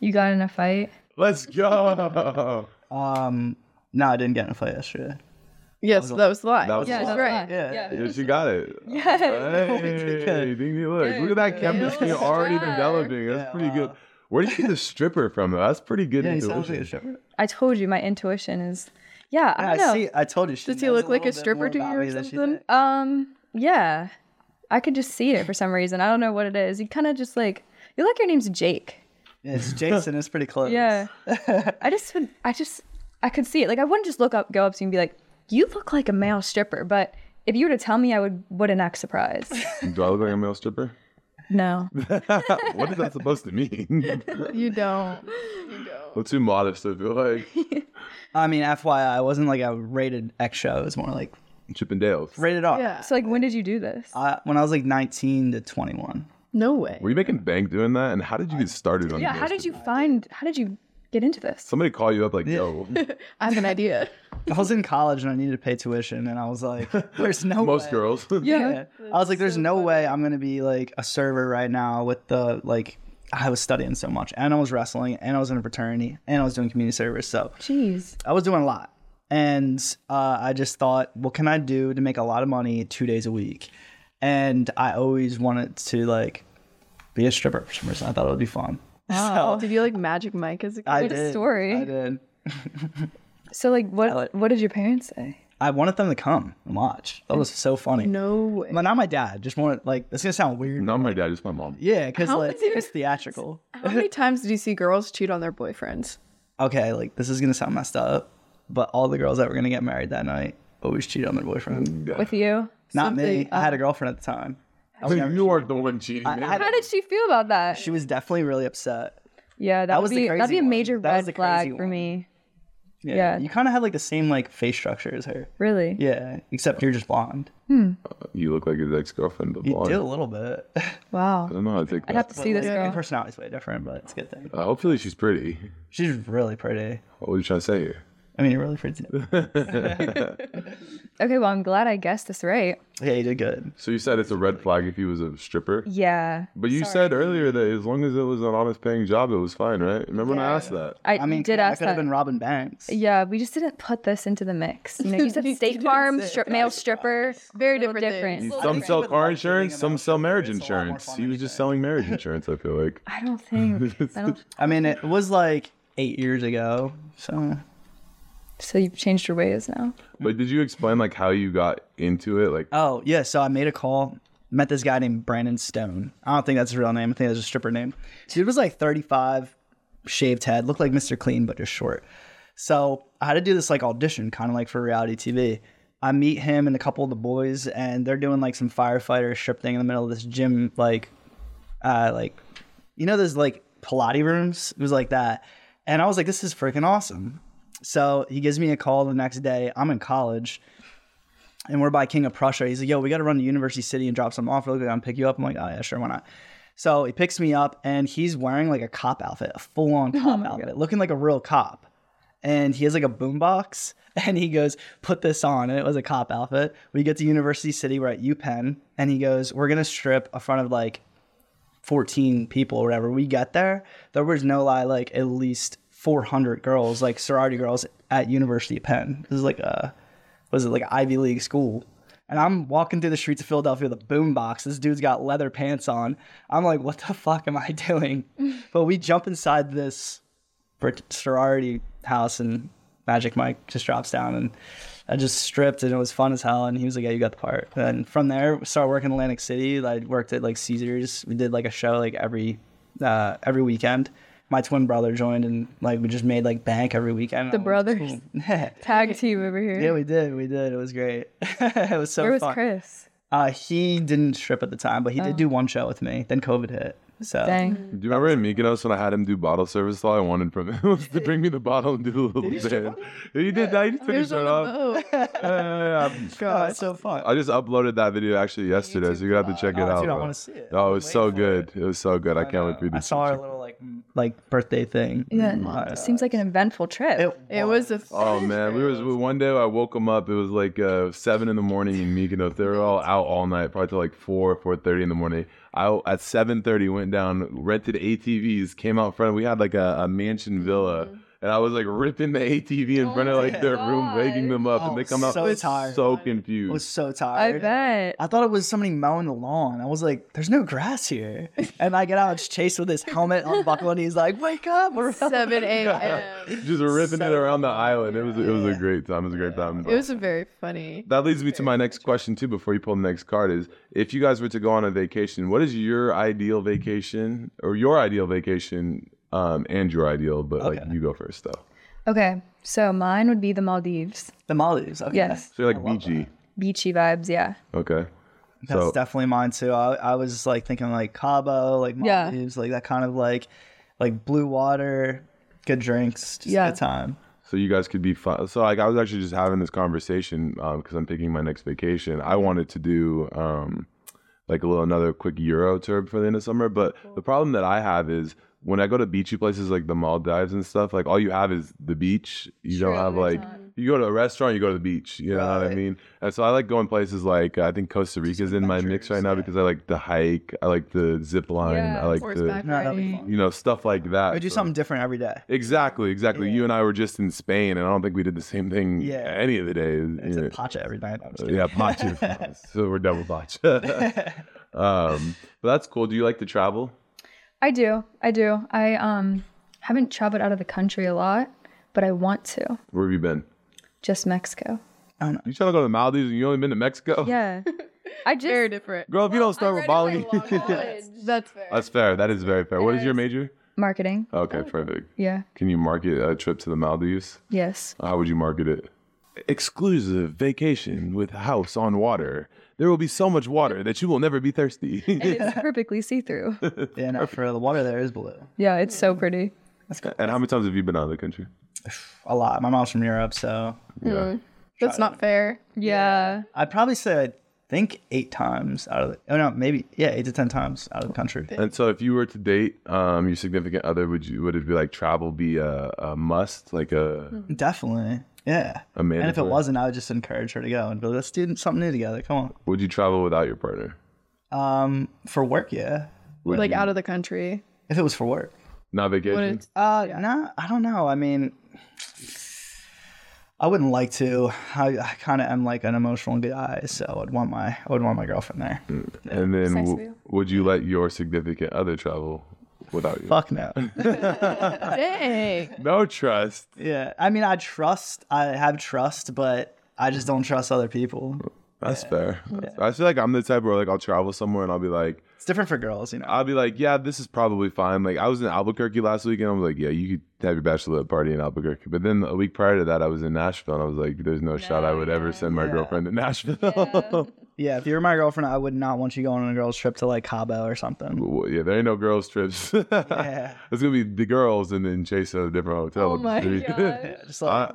You got in a fight? Let's go. Um, no, I didn't get in a fight yesterday. Yes, that was the lie. That was Yeah, yeah, that's right. right. Yeah. yeah, she got it. Hey, ding, ding, look, look at that chemistry Yes, already sir. developing. That's Yeah, pretty good. Where did you get the stripper from? Though? That's pretty good Yeah, he sounds like a intuition. stripper. I told you my intuition is yeah, I I don't know. see. I told you. She Does he knows look like a little bit stripper more to you about or me than she something? Oh. Uh, thinks. Um, yeah. I could just see it for some reason. I don't know what it is. You kind of just like you like your name's Jake. Yeah, it's Jason. It's pretty close. Yeah. I just would I just I could see it. Like I wouldn't just look up go up to you and be like, "You look like a male stripper." But if you were to tell me, I would wouldn't act surprised. Do I look like a male stripper? No. what is that supposed to mean? You don't. I'm too modest. I feel like I mean, FYI, I wasn't like a rated X show. It was more like Chippendales. rated R. Yeah. So like, when did you do this? I, when I was like 19 to 21. No way. Were you making bank doing that? And how did you get started on? yeah. male How did stripper? you find? How did you get into this? Somebody call you up like, yo, I have an idea. I was in college and I needed to pay tuition, and I was like, "There's no most way. girls. Yeah, I was like, "There's no way I'm gonna be like a server right now with the like." I was studying so much, and I was wrestling, and I was in a fraternity, and I was doing community service. So Jeez. I was doing a lot. And uh, I just thought, what can I do to make a lot of money two days a week? And I always wanted to like be a stripper for some reason. I thought it would be fun. Wow. Uh, Did you like Magic Mike as a kid? I a did. story. I did. So like, what what did your parents say? I wanted them to come and watch. That was so funny. No way. But not my dad. Just more like it's gonna sound weird. Not my dad, just my mom. Yeah, because How like is it- it's theatrical. How many times did you see girls cheat on their boyfriends? Okay, like this is gonna sound messed up, but all the girls that were gonna get married that night always cheated on their boyfriend. With you? Not me. Mm. Something- uh, I had a girlfriend at the time. I was never- You aren't the one cheating. man. I- How did she feel about that? she was definitely really upset. yeah, that, was would the be that'd crazy be a one. major That was the red flag crazy for one. me. Yeah. Yeah. You kind of had like the same like face structure as her. Really? Yeah, except you're just blonde. You look like his ex girlfriend, but You blonde. do a little bit. I Wow. don't know how to take I'd have that. to see this Your girl. personality's way different, but it's a good thing. Uh, hopefully, she's pretty. She's really pretty. What were you trying to say here? I mean, you're really pretty. Okay. Well, I'm glad I guessed this right. yeah, you did good. So you said it's a red flag if he was a stripper, Yeah. but you said earlier that as long as it was an honest paying job, it was fine, right? Remember when I asked that? I, I mean, did I ask could have that. been Robin Banks. Yeah, we just didn't put this into the mix. You know, you said You State didn't Farm, say strip, male stripper, Very little different things. different. Some she sell would car like being a insurance, some male sell stripper. marriage It's a lot more insurance. fun He than was you just think. selling marriage insurance. I feel like I don't think. I don't, I mean, it was like eight years ago. So so you've changed your ways now. But did you explain like how you got into it? Like Oh, yeah. So I made a call, met this guy named Brandon Stone. I don't think that's his real name. I think that's a stripper name. Dude was like 35, shaved head, looked like Mr. Clean, but just short. So I had to do this like audition, kind of like for reality TV. I meet him and a couple of the boys, and they're doing like some firefighter strip thing in the middle of this gym, like, uh, like, you know, those like Pilates rooms. It was like that. And I was like, this is freaking awesome. So he gives me a call the next day. I'm in college and we're by King of Prussia. He's like, yo, we got to run to University City and drop some off real quick. I'll pick you up. I'm like, oh, yeah, sure, why not? So he picks me up and he's wearing like a cop outfit, a full on cop outfit, looking like a real cop. And he has like a boombox and he goes, put this on. And it was a cop outfit. We get to University City, we're at UPenn, and he goes, we're going to strip in front of like 14 people or whatever. We get there, there was no lie, like at least 400 girls, like sorority girls at University of Penn. This is like uh, a, was it like an Ivy League school? And I'm walking through the streets of Philadelphia with a boombox. This dude's got leather pants on. I'm like, what the fuck am I doing? but we jump inside this fr- sorority house and Magic Mike just drops down and I just stripped and it was fun as hell. And he was like, "Yeah, you got the part." And from there, started working in Atlantic City. I worked at like Caesars. We did like a show like every uh, every weekend. my twin brother joined and like we just made like bank every weekend. The It was brothers. cool. yeah, Tag team over here. we did, we did. It was great. it was so Where was fun. Chris? Oh. Uh, he didn't strip at the time, but he did do one show with me. Then COVID hit, so Dang. Do you remember in Mykonos when I had him do bottle service? All I wanted from him was to bring me the bottle and do the little dance. He did that. He just took his Here's shirt on off. the boat. Yeah, yeah, yeah. God, it's so fun. I just uploaded that video actually yesterday, so you're gonna have to check it Oh, out. dude, I bro. wanna see it. Oh, I'm it was so waiting for good. It. was so good. I, can't wait for you to I saw see our it. little like m- like birthday thing. Yeah. Uh, Seems like an eventful trip. It was a Oh man, we was one day I woke him up. It was like uh, seven in the morning in Mykonos. They were all out all night, probably till like four, four thirty in the morning. I at seven thirty went down, rented ATVs, came out front. We had like a, a mansion villa, and I was like ripping the ATV in front of like their room, waking them up, and Oh, they come out so tired. so I confused. was so I tired. bet. I thought it was somebody mowing the lawn. I was like, "There's no grass here," and I get out. It's Chase with his helmet unbuckled, and he's like, "Wake up!" We're 7 a.m. Just ripping it around the island. It was it was a great time. It was a great time. It was very funny. that leads me to my next question too before you pull the next card is if you guys were to go on a vacation what is your ideal vacation or your ideal vacation um and your ideal but like you go first though Okay. So mine would be the Maldives. the Maldives. Okay. Yes. so you're like bg Beachy vibes. Yeah. okay that's so definitely mine too. I, I was just like thinking like Cabo, like Yeah. Maldives, like that kind of like like blue water, good drinks, just Yeah. good time. so you guys could be fun so like i was actually just having this conversation because i'm picking my next vacation i wanted to do um like a little another quick Euro tour for the end of summer. But the problem that I have is when I go to beachy places like the Maldives and stuff, like all you have is the beach. You don't have like you go to a restaurant, you go to the beach. You know what I mean? And so I like going places like I think Costa Rica's in my mix right now because I like to hike, I like the zip line, Yeah, I like Horseback the No, that'd be riding. fun. you know stuff like that. I do So- something different every day. Exactly, exactly. You and I were just in Spain, and I don't think we did the same thing Yeah. any of the days. It's you know. a pacha every night. I'm just kidding. Yeah, botch. so we're double botch. um, but that's cool. Do you like to travel? I do. I do. I um haven't traveled out of the country a lot, but I want to. Where have you been? Just Mexico. You trying to go to the Maldives and you only been to Mexico? Yeah. I just Very different. Girl, if you don't start with Bali, That's fair. that's fair. That is very fair. What is your major? marketing. Okay, perfect. Yeah. Can you market a trip to the Maldives? Yes. How would you market it? Exclusive vacation with house on water. There will be so much water that you will never be thirsty. It's perfectly see-through. Yeah, no, uh, for the water there is blue. Yeah, it's so pretty. and how many times have you been out of the country? A lot. My mom's from Europe, so Yeah. That's not fair. Yeah. I'd probably say I think eight times out of the. Oh no, maybe yeah, eight to ten times out of the country. And so, if you were to date um, your significant other, would you would it be like travel be a, a must, like a Hmm. Definitely, yeah. a And if it mandatory? wasn't, I would just encourage her to go and be like, let's do something new together. Come Would you travel without your partner? on. Um, for work, yeah. Would Like you- out of the country. If it was for work. not But vacation. it's Uh, nah, I don't know. I mean, I wouldn't like to. I, I kind of am like an emotional guy, so I'd want my I would want my girlfriend there. and then Sex w- wheel. would you let your significant other travel without you? Fuck no. dang. No trust. yeah, I mean, I trust. I have trust, but I just don't trust other people. That's fair. I feel like I'm the type where like I'll travel somewhere and I'll be like, It's different for girls, you know. I'll be like, yeah, this is probably fine. Like I was in Albuquerque last week and I was like, yeah, you could have your bachelorette party in Albuquerque. But then a week prior to that, I was in Nashville and I was like, there's no, shot I would ever send my girlfriend to Nashville. Yeah. Yeah, if you were my girlfriend, I would not want you going on a girls trip to like Cabo or something. yeah, there ain't no girls trips. It's gonna be the girls and then chase at a different hotel. Oh my gosh. Just like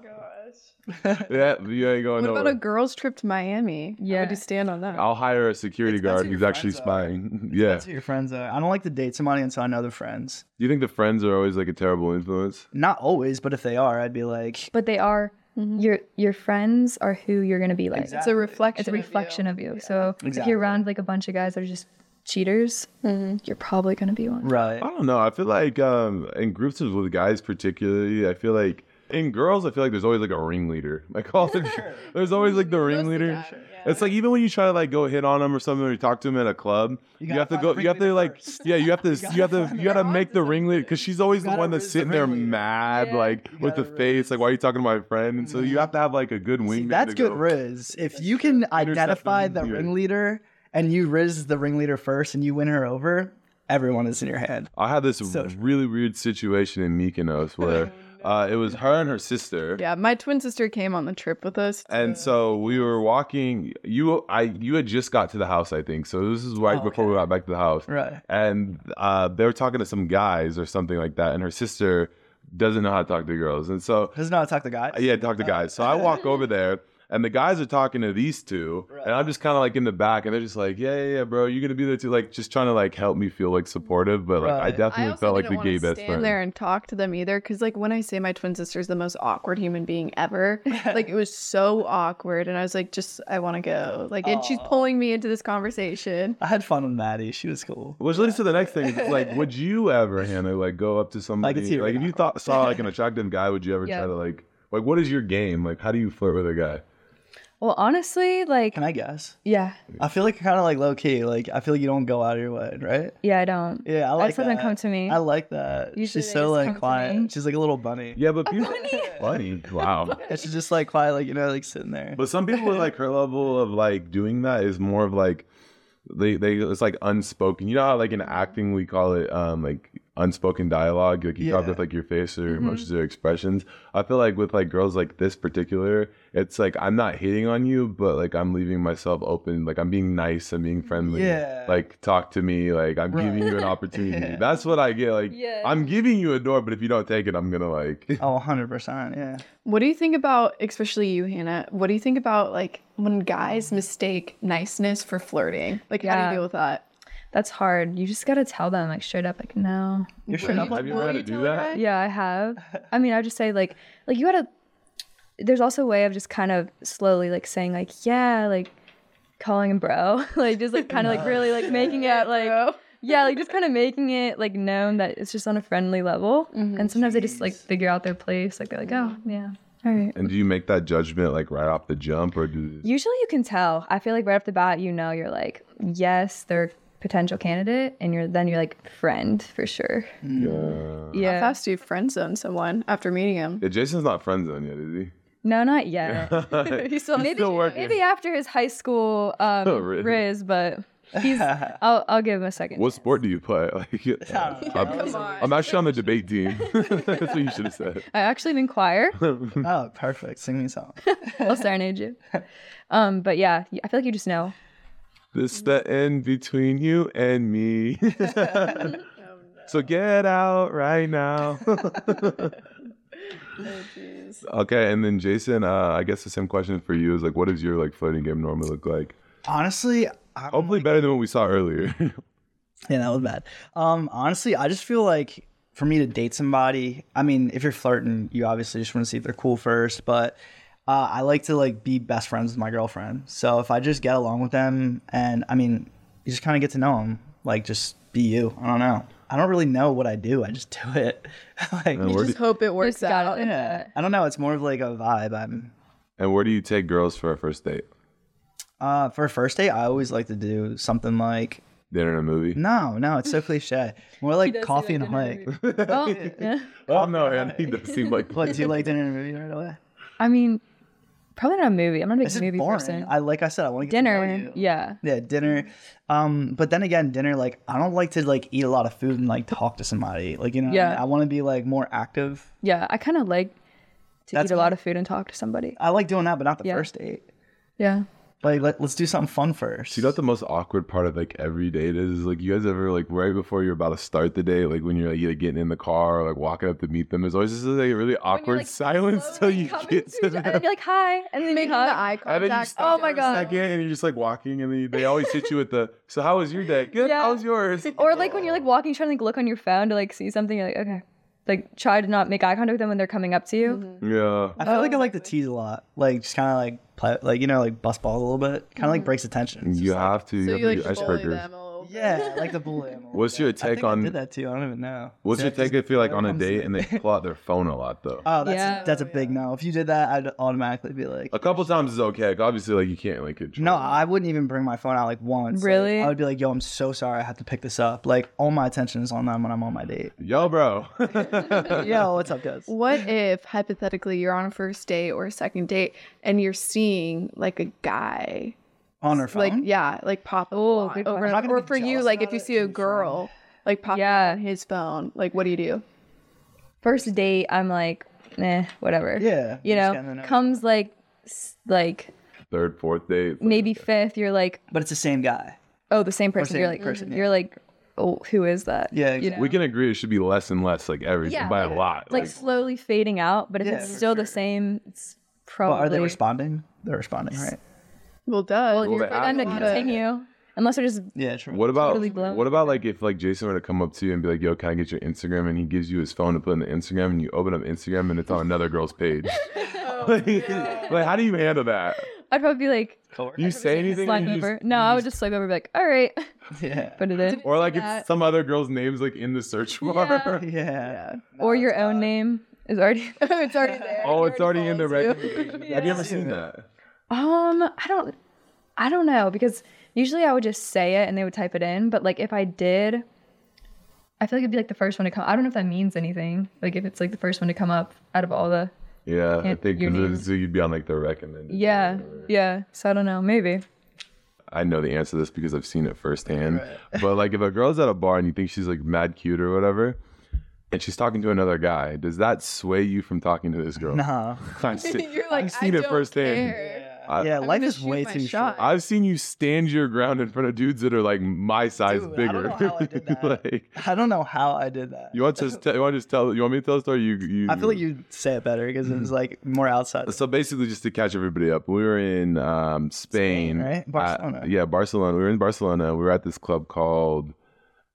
yeah, you ain't going What nowhere. about a girls' trip to Miami? Yeah. How Yeah. would you stand on that? I'll hire a security It depends guard who your who's actually friends are. spying. yeah. that's who your friends are. I don't like to date somebody until I know their friends. Do you think the friends are always like a terrible influence? Not always, but if they are, I'd be like, But they are your your friends are who you're gonna be like. It's a reflection. It's a reflection of you. So if Exactly. you're around like a bunch of guys that are just cheaters, you're probably gonna be one. right. I don't know. I feel like um, in groups of- with guys, particularly, I feel like in girls, I feel like there's always like a ringleader. Like all the, there's always like the ringleader. It's like even when you try to like go hit on them or something, or you talk to them at a club, you, gotta have to find go. the You have to ringleader like, first. yeah, you have to, you have to, you gotta make the ringleader because she's always the gotta one that's raise the sitting there ringleader. mad, like with the face, like why are you talking to my friend? And so you have to have like a good wingman. See, that's to go- good riz. If you can identify them, the yeah. ringleader and you riz the ringleader first and you win her over, everyone is in your head. I had this So true. really weird situation in Mykonos where uh, it was her and her sister. Yeah, my twin sister came on the trip with us. And so we were walking. You, I, you had just got to the house, I think. So this is right Oh, before we got back to the house. Right. And uh, they were talking to some guys or something like that. And her sister doesn't know how to talk to girls. And so Doesn't know how to talk to guys. Uh, yeah, talk Uh, to guys. So I walk over there, and the guys are talking to these two, and I'm just kind of like in the back, and they're just like, "Yeah, yeah, yeah, bro, you're gonna be there too." Like, just trying to like help me feel like supportive, but like I Right. I definitely also felt like didn't the wanna gay best stand friend. there and talk to them either, because like when I say my twin sister's the most awkward human being ever, like it was so awkward, and I was like, just I want to go, like, and she's pulling me into this conversation. I had fun with Maddie. She was cool. Which leads to the next thing. is, Like, would you ever, Hannah, like go up to somebody? see it like, right if you now. thought saw like an attractive guy, would you ever Yeah. try to like, like, what is your game? Like, how do you flirt with a guy? Well, honestly, like, Can I guess? yeah, I feel like you're kind of like low key. Like I feel like you don't go out of your way, right? yeah, I don't. Yeah, I like just let them that. come to me. I like that. Usually She's they so just like come to me. quiet. She's like a little bunny. Yeah, but people funny. Wow. Yeah, she's just like quiet, like you know, like sitting there. But some people with like her level of like doing that is more of like they they it's like unspoken. You know how like in acting we call it um like unspoken dialogue. Like you talk Yeah. Mm-hmm. with like your face or your emotions or expressions. I feel like with like girls like this particular, it's like I'm not hitting on you, but like I'm leaving myself open. Like I'm being nice. I'm being friendly. Yeah. Like talk to me. Like I'm Right. giving you an opportunity. Yeah. That's what I get. Like Yeah. I'm giving you a door, but if you don't take it, I'm gonna like. Oh, 100 percent. Yeah. What do you think about, especially you, Hannah? What do you think about like when guys mistake niceness for flirting? Like, how do Yeah. you deal with that? That's hard. You just gotta tell them like straight up, like, no. You're straight up. Have Like, you ever had to do that? Yeah, I have. I mean, I would just say like, like you gotta. There's also a way of just kind of slowly like saying like, yeah, like calling him bro, like just like kind of like really like making it like. Yeah, like just kind of making it like known that it's just on a friendly level, Mm-hmm. and sometimes they just like figure out their place. Like they're like, oh yeah, all right. And do you make that judgment like right off the jump, or do Usually you can tell. I feel like right off the bat, you know, you're like, yes, they're potential candidate, and you're then you're like friend for sure. Yeah. Yeah. How fast do you friend zone someone after meeting him? Yeah, Jason's not friend zone yet, is he? No, not yet. He's still He's still working. Maybe after his high school um, Oh, really? Riz, but he's. I'll I'll give him a second. What sport do you play? Like, I'm, Come on. I'm actually on the debate team. That's what you should have said. I actually been choir. Hmm. Oh, perfect. Sing me a song. I'll serenade you. Um, but yeah, I feel like you just know. This the end between you and me. So get out right now. okay, and then Jason, uh, I guess the same question for you is like, what does your like flirting game normally look like? Honestly, I Oh don't Hopefully better than what we saw earlier. Yeah, that was bad. Um, honestly, I just feel like for me to date somebody, I mean, if you're flirting, you obviously just want to see if they're cool first, but uh, I like to like be best friends with my girlfriend. So if I just get along with them and I mean, you just kind of get to know them, like just be you. I don't know. I don't really know what I do. I just do it. like, and, where do, Just hope it works Just got out. it. yeah, I don't know. It's more of like a vibe. I'm and where do you take girls for a first date? uh, for a first date. I always like to do something like Dinner and a movie? no, no. It's so cliche. More like coffee and a hike. Oh, yeah. Oh no, and he does seem like What do you like dinner and a movie right away? I mean, probably not a movie. I'm not a big This is movie boring. person. I like I said, I want to get to know Dinner, you. yeah. Yeah, dinner. Um, but then again, dinner. Like I don't like to like eat a lot of food and like talk to somebody. Like you know, what I Yeah. mean? I, want to be like more active. Yeah, I kind of like to That's eat a lot of food and talk to somebody. I like doing that, but not the Yeah. first date. Yeah. Like let, let's do something fun first. You know what the most awkward part of like every date is? Is, like you guys ever like right before you're about to start the day, like when you're like either getting in the car or like walking up to meet them, there's always just like a really awkward like, silence till you get to And them. then you're like, hi. And then you Making the hug. eye And then you contact. stop Oh my for a God. second, and you're just like walking, and then they always hit you with the "So how was your day? Good. Yeah. How was yours?" Or like when you're like walking, trying to like look on your phone to like see something, you're like, okay. Like try to not make eye contact with them when they're coming up to you. Mm-hmm. yeah. I feel Oh. like I like to tease a lot. Like just kind of like play, like you know, like bust balls a little bit. Kind of Mm-hmm. like breaks the tension. It's You just, like- have to. So you have you to like do bully icebreakers. them a little bit. yeah, I like the bully. him a little What's bit. your I take think I on- did that too? I don't even know. What's See, your I take just- if you're like I on a don't see date and they pull out their phone a lot though? Oh, that's Yeah. a, that's a big no. If you did that, I'd automatically be like, a couple times is okay. 'cause Obviously, like you can't like control. No, I wouldn't even bring my phone out like once. Like, Really? I would be like, yo, I'm so sorry I had to pick this up. Like, all my attention is on them when I'm on my date. Yo, bro. yo, what's up, guys? What if hypothetically you're on a first date or a second date and you're seeing like a guy, On her phone. like yeah, like pop up Oh, on- good over I'm not gonna or be for you jealous like about if you it. see a girl Like popping Yeah. on his phone. Like what do you do? First date, I'm like, eh, whatever. Yeah, You you just kinda know, know. comes like, s- like Third, fourth date. maybe fifth, you're like, but it's the same guy. oh, the same person. same you're like, person, yeah. you're like, oh, who is that? Yeah, You know? We can agree it should be less and less, like every Yeah, by a like- lot. like, slowly fading out, but if Yeah, it's for still the same, it's But probably. are they responding? They're responding, right? Well, duh. Well, you're they like, ask I'm you gonna "Oh, that. but- continue, unless they're just Yeah, true. What about Totally blown. what about like if like Jason were to come up to you and be like, "Yo, can I get your Instagram?" and he gives you his phone to put in the Instagram, and you open up Instagram and it's on another girl's page. like, like, how do you handle that? I'd probably be like Do you say anything? slide You just- over. No, I would just swipe over, and be like, all right, Yeah. put it in, Or like that. if some other girl's name's like in the search bar. Yeah. or your own name is already. it's already there. Oh, it's already in the recommendation. Have you ever seen that? Um, I don't, I don't know because usually I would just say it and they would type it in. But like if I did, I feel like it'd be like the first one to come. I don't know if that means anything. Like if it's like the first one to come up out of all the. Yeah, I think your 'cause name. so you'd be on like the recommended. Yeah, yeah. So I don't know. Maybe. I know the answer to this because I've seen it firsthand. but like, if a girl's at a bar and you think she's like mad cute or whatever, and she's talking to another guy, does that sway you from talking to this girl? Nah. I've seen, You're like, I've seen I it don't firsthand. care. I- yeah, life gonna is shoot way my too shot. short. I've seen you stand your ground in front of dudes that are like my size Dude, I don't bigger. know how I did that. like, I don't know how I did that. you want to just tell, you want to just tell you want me to tell the story? You, you I feel like you say it better because it was like more outside. So basically, just to catch everybody up, we were in um, Spain, Spain, right? Uh, Barcelona. yeah, Barcelona. We were in Barcelona. We were at this club called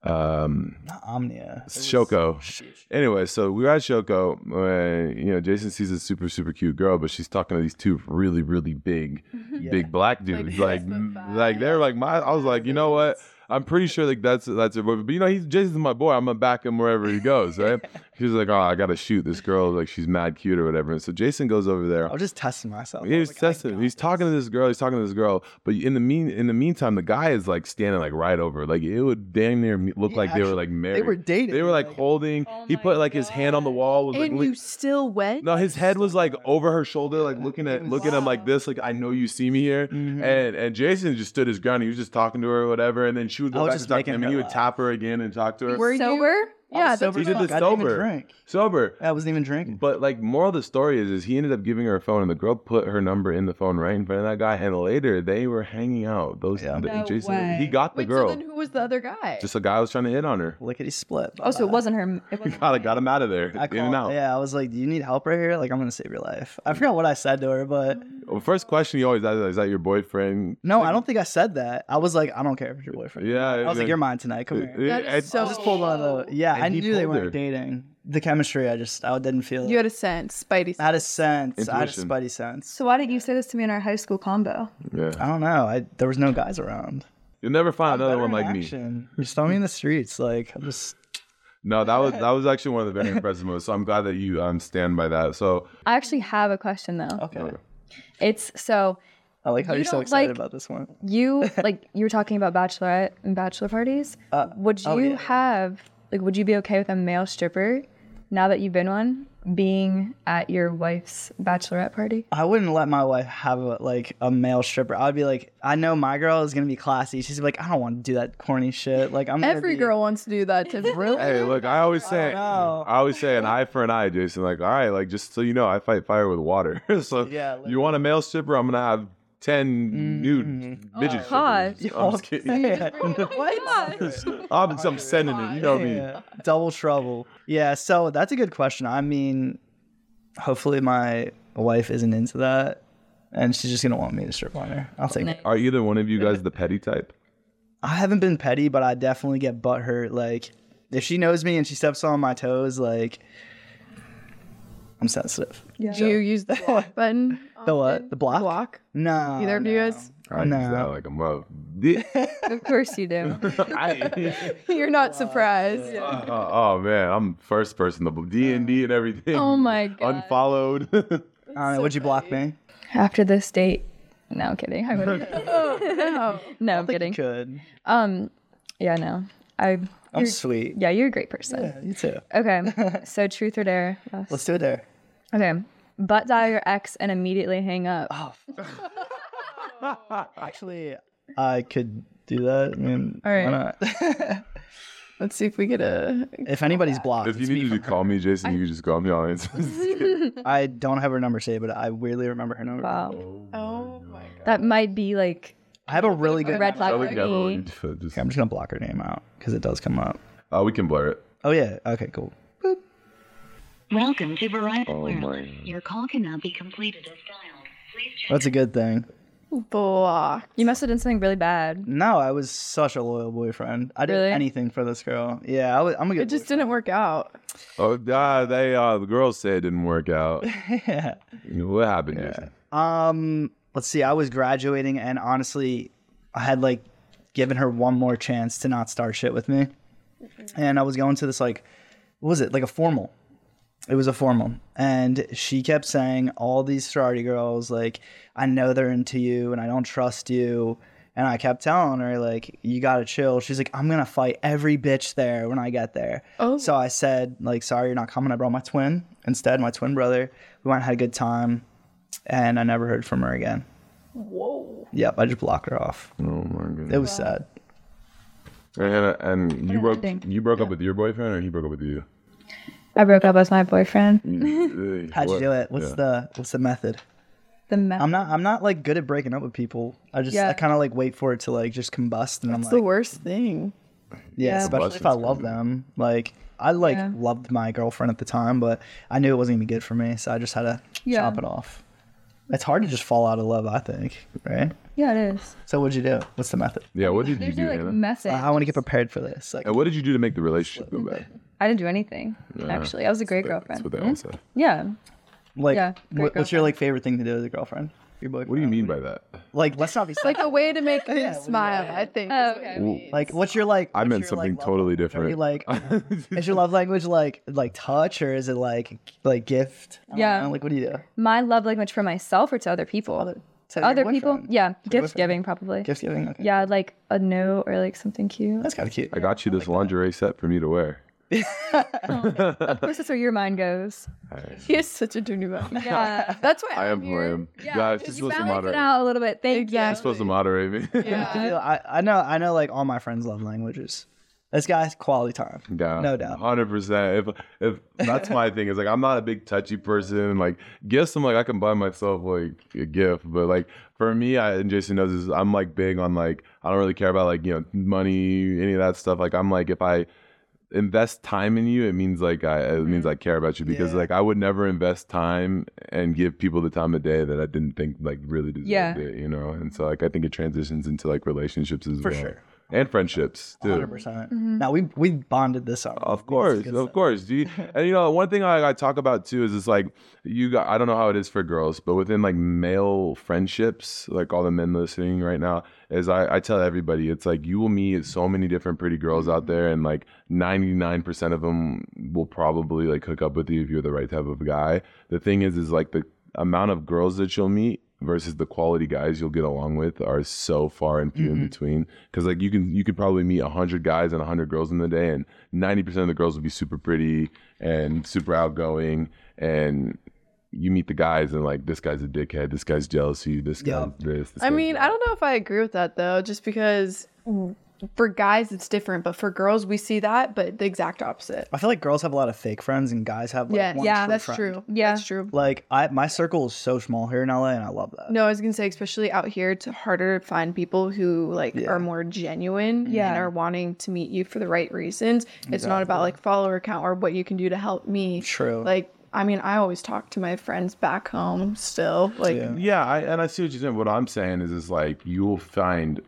um, Not Omnia. It was- Shoko. Anyway, so we were at Shoko. Uh, you know, Jason sees a super, super cute girl, but she's talking to these two really, really big, big black dudes. Like, Like six m- foot like, five. they're like my. I was like, you know what? I'm pretty sure like that's that's her boyfriend. But you know, he's Jason's my boy. I'm gonna back him wherever he goes, right? She's like, oh, I gotta shoot this girl. Like, she's mad cute or whatever. And so Jason goes over there. I was just testing myself. Yeah, I he's was like, I testing. got He's talking to this girl. He's talking to this girl. But in the mean, in the meantime, the guy is like standing like right over. Like it would damn near me- look like they were actually- like married. were dating, They were like, like- holding. he put like his hand on the wall. Was like, oh And li- you still went? no, his head was like over her shoulder, like looking at looking at him like this, like I know you see me here. Mm-hmm. And and Jason just stood his ground. He was just talking to her or whatever. And then she would I go was back just to talk to him, making and her he would laugh. tap her again and talk to her. Were you- Sober? Yeah, sober he as did fuck. this I didn't even sober, drink. sober. I wasn't even drinking. But like, moral of the story is, is he ended up giving her a phone, and the girl put her number in the phone right in front of that guy. And later, they were hanging out. Those Yeah. the- No Jason, way. he got the Wait, girl. so then who was the other guy? Just a guy was trying to hit on her. Lickety split. Oh, so it wasn't her. It wasn't Got got him out of there, I in and out. called, yeah, I was like, "Do you need help right here? Like, I'm gonna save your life." I forgot what I said to her, but Well, first question you always ask is, is that your boyfriend? no, I don't think I said that. I was like, "I don't care if it's your boyfriend." Yeah, I was like, "You're mine tonight. Come here." That is so I just pulled one of the. Yeah, And I he knew they pulled weren't her. dating. The chemistry, I just, I didn't feel it. You had a sense, Spidey. I had a sense. I had a Intuition. spidey sense. So why didn't you say this to me in our high school combo? yeah. I don't know. I there was no guys around. You'll never find another Better one in like me. action. You saw me in the streets. Like, I'm just. No, that was that was actually one of the very impressive moments. So I'm glad that you um stand by that. So I actually have a question though. Okay. It's so I like how You you are so don't excited like- about this one. you like you were talking about bachelorette and bachelor parties. would you Uh, oh, yeah. have like would you be okay with a male stripper now that you've been one being at your wife's bachelorette party? I wouldn't let my wife have a, like a male stripper. I would be like, I know my girl is gonna be classy. She's like, I don't want to do that corny shit. Like, I'm gonna Every be- girl wants to do that to really. hey, look, I always say know. I always say an eye for an eye, Jason. Like, all right, like just so you know, I fight fire with water. so Yeah, literally. Mm-hmm. you want a male stripper? I'm gonna have ten nude Oh, midget God. strippers. I'm just kidding. what? I'm, I'm sending it. You know me. Yeah. Double trouble. Yeah. So that's a good question. I mean, hopefully my wife isn't into that, and she's just gonna want me to strip on her. I'll take it. Are either one of you guys the petty type? I haven't been petty, but I definitely get butt hurt. Like, if she knows me and she steps on my toes, like, I'm sensitive. Yeah. Do you use the block button? The what? The block? Block? No. Either of you guys? I use No. that like a mug. Di- of course you do. I- You're not surprised. oh, oh, man, I'm first person. The D and D and everything. Oh my God. Unfollowed. All right, would you block me? After this date. No, I'm kidding. I wouldn't. Oh, no, I'm kidding. Could. Yeah, no. I I'm sweet. yeah, you're a great person. Yeah, you too. Okay. So truth or dare? Ross? Let's do it there. Okay. Butt dial your ex and immediately hang up. Oh, Actually, I could do that. I mean, All right. why not? Let's see if we get a. If anybody's blocked, If you it's me need to from call me, Jason, you can just call me on Instagram. her. I don't have her number saved, but I weirdly remember her number. Wow. Oh my god. That might be like I have a really good. red flag I for would never- me. just- Okay, I'm just gonna block her name out because it does come up. Uh, we can blur it. Oh yeah. Okay. Cool. Boop. Welcome to Verizon Oh World. my. Your call cannot be completed as dialed. Please check. That's a good thing. Block. You must have done something really bad. No, I was such a loyal boyfriend. I did Really? anything for this girl. Yeah, I was, I'm a good. It just didn't work out. Oh, ah, they uh, the girls say it didn't work out. yeah. what happened? Jason? Um, let's see. I was graduating, and honestly, I had like given her one more chance to not start shit with me, and I was going to this like, what was it? Like a formal. It was a formal, and she kept saying all these sorority girls like, I know they're into you, and I don't trust you. And I kept telling her like, you gotta chill. She's like, I'm gonna fight every bitch there when I get there. Oh. So I said like, sorry, you're not coming. I brought my twin instead, my twin brother. We went and had a good time and I never heard from her again. Whoa. Yep, I just blocked her off. Oh my goodness. It was sad. And, and- and you broke ending. you broke up with your boyfriend, or he broke up with you? I broke up with my Mm. boyfriend. Ugh, How'd what? you do it? What's Yeah. the what's the method? The mess. I'm not I'm not like good at breaking up with people. I just Yeah. I kind of like wait for it to like just combust and It's I'm the like worst thing. yeah, Yeah. especially if I Combustion's love crazy. them. Like I like Yeah. loved my girlfriend at the time, but I knew it wasn't gonna be good for me, so I just had to Yeah. chop it off. It's hard to just fall out of love, I think, right? yeah, it is. So what'd you do? What's the method? Yeah. What did you Uh, There's do, no like Hannah? message. I want to get prepared for this. Like, and what did you do to make the relationship go back? I didn't do anything. Actually, I was a great girlfriend. Mm-hmm. That's what they all say. yeah. like yeah, great what- what's your girlfriend. like favorite thing to do with a girlfriend? Your boyfriend? What do you mean by that? Like, let's not be Like a way to make them smile, I think. Oh, is what okay. it means. Like, what's your like? I what's meant your, something like, love totally language? Are you, different. like, is your love language like like touch or is it like like gift? I don't Yeah. know, Like, what do you do? My love language for myself or to other people. Other, to your other people boyfriend? yeah gift boyfriend. giving probably Gift giving. Okay. yeah like a note or like something cute That's kind of cute. I got you this lingerie set for me to wear. of course that's where your mind goes he is such a dirty man. yeah That's why I am who I here. am. Guys, just supposed to balance it moderate. out a little bit thank I'm Exactly. supposed to moderate me. I, feel- I, I know I know like all my friends love languages. This guy's quality time. Yeah, No doubt. hundred percent. If if that's my thing, is like I'm not a big touchy person. Like gifts, I'm like I can buy myself like a gift, but like for me, I and Jason knows this. I'm like big on like I don't really care about like you know money, any of that stuff. Like I'm like if I invest time in you, it means like I it means I care about you because Mm-hmm. Yeah. like I would never invest time and give people the time of day that I didn't think like really deserved Yeah. it, you know. And so like I think it transitions into like relationships as For well. sure. And friendships too. Hundred percent. Now we we bonded this up. Of course, of course. Do you, and you know, one thing I, I talk about too is it's like you got. I don't know how it is for girls, but within like male friendships, like all the men listening right now, is I, I tell everybody, it's like you will meet so many different pretty girls out there, and like ninety nine percent of them will probably like hook up with you if you're the right type of guy. The thing is, is like the amount of girls that you'll meet versus the quality guys you'll get along with are so far and few in between because like you can you could probably meet 100 guys and 100 girls in the day and 90% of the girls will be super pretty and super outgoing and you meet the guys and like this guy's a dickhead this guy's jealous of you this guy's this, this I guy's mean, I don't know if I agree with that though, just because for guys it's different, but for girls we see that, but the exact opposite. I feel like girls have a lot of fake friends and guys have like yeah, one yeah, true that's friend. true. Yeah. that's true. Like I my circle is so small here in LA and I love that. No, I was gonna say, especially out here, it's harder to find people who like Yeah. are more genuine Yeah. and are wanting to meet you for the right reasons. It's not about like follower count or what you can do to help me. True. Like, I mean, I always talk to my friends back home still. Like, Yeah. yeah I, and i see what you're saying what i'm saying is is like you'll find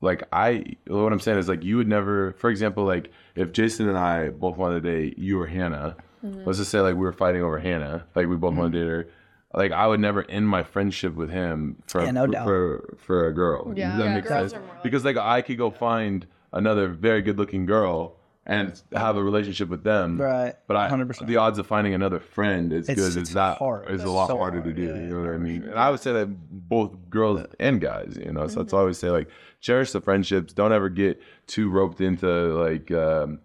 like i what i'm saying is like you would never for example like if jason and i both wanted to date you or hannah Mm-hmm. let's just say like we were fighting over hannah like we both wanted to date her like i would never end my friendship with him for Yeah, no for, doubt. for for a girl Yeah. Does that Yeah, make girls sense are more like- because like i could go find another very good looking girl and have a relationship with them Right. but i 100%. the odds of finding another friend is It's- good it's as that hard. is a lot So harder to hard, do yeah. you know what I mean? And I would say that both girls and guys, you know. So Mm-hmm. that's why I always say like cherish the friendships. Don't ever get too roped into like um,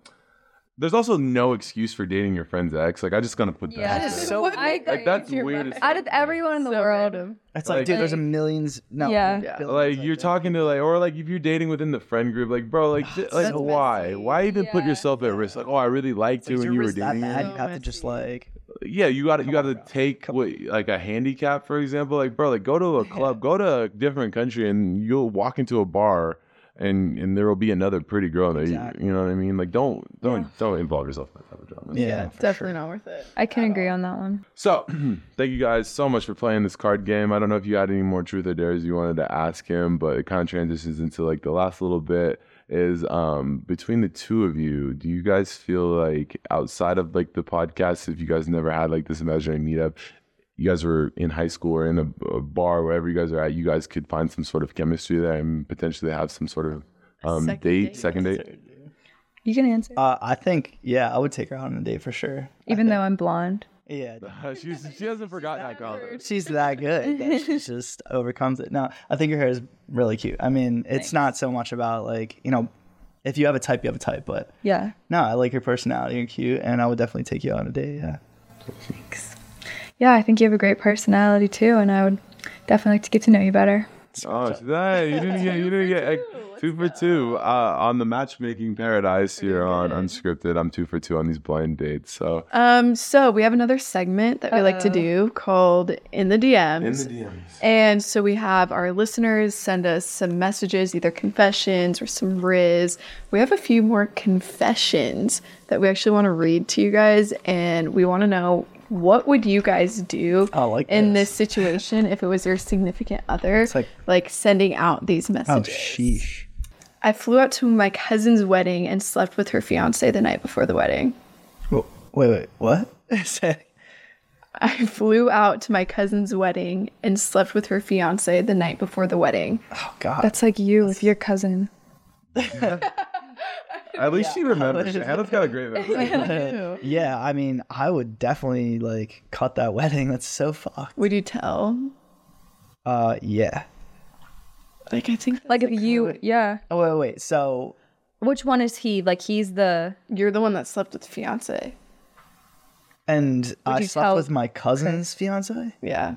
There's also no excuse for dating your friend's ex. Like I just gonna put Yeah. that. That out is there. so- I agree. like that's You're weird. right. as Out of fuck. everyone in the So world, random. It's like, Like- dude, there's a millions. No, Yeah. Yeah. billions Like out you're there. talking to like, or like if you're dating within the friend group, like bro, like th- like so why, messy. why even put Yeah. yourself at risk? Like oh, I really liked Like, you is when your you were wrist that dating. her. bad? her? You have to just So messy. like Yeah, you got to you got on, to bro. take what, like a handicap for example. Like bro, like go to a club, go to a different country, and you'll walk into a bar, and and there will be another pretty girl there. You- Exactly. You, know what I mean? Like don't don't don't involve yourself in that type of drama. yeah, for Definitely not worth it. I can agree on that one. So, thank you guys so much for playing this card game. I don't know if you had any more truth or dares you wanted to ask him, but it kind of transitions into like the last little bit is um between the two of you, do you guys feel like outside of like the podcast, if you guys never had like this imaginary meetup, you guys were in high school or in a, a bar, wherever you guys are at, you guys could find some sort of chemistry there and potentially have some sort of um Second date, date. second date. You can answer. Uh, I think yeah, I would take her out on a date for sure. Even though I'm blonde. Yeah, Uh, She's, she hasn't forgotten that comment. she's that good. That she just overcomes it. No, I think your hair is really cute. I mean, it's not so much about like you know, if you have a type, you have a type. But Yeah. no, I like your personality. You're cute, and I would definitely take you out on a date. Yeah. Yeah, I think you have a great personality too, and I would definitely like to get to know you better. Oh, so that you didn't get you didn't get like, two for two uh, on the matchmaking paradise here on unscripted. I'm two for two on these blind dates. So Um, so we have another segment that we like to do called In the DMs. DMs, And so we have our listeners send us some messages, either confessions or some riz. We have a few more confessions that we actually want to read to you guys, and we want to know what would you guys do I like in this. this situation if it was your significant other, like- sending out these Oh messages. sheesh. I flew out to my cousin's wedding and slept with her fiance the night before the wedding. Wait, wait, what? Say- I flew out to my cousin's wedding and slept with her fiance the night before the wedding. oh God. That's like you with your cousin. At least she remembers. Hannah's got a great memory. yeah, I mean, I would definitely like cut that wedding. That's so fucked. Would you tell? Uh, yeah. Like I think Like if you, yeah. Oh wait, wait. So Which one is he? Like he's the you're the one that slept with the fiance. and I you slept tell with my cousin's fiance. Yeah.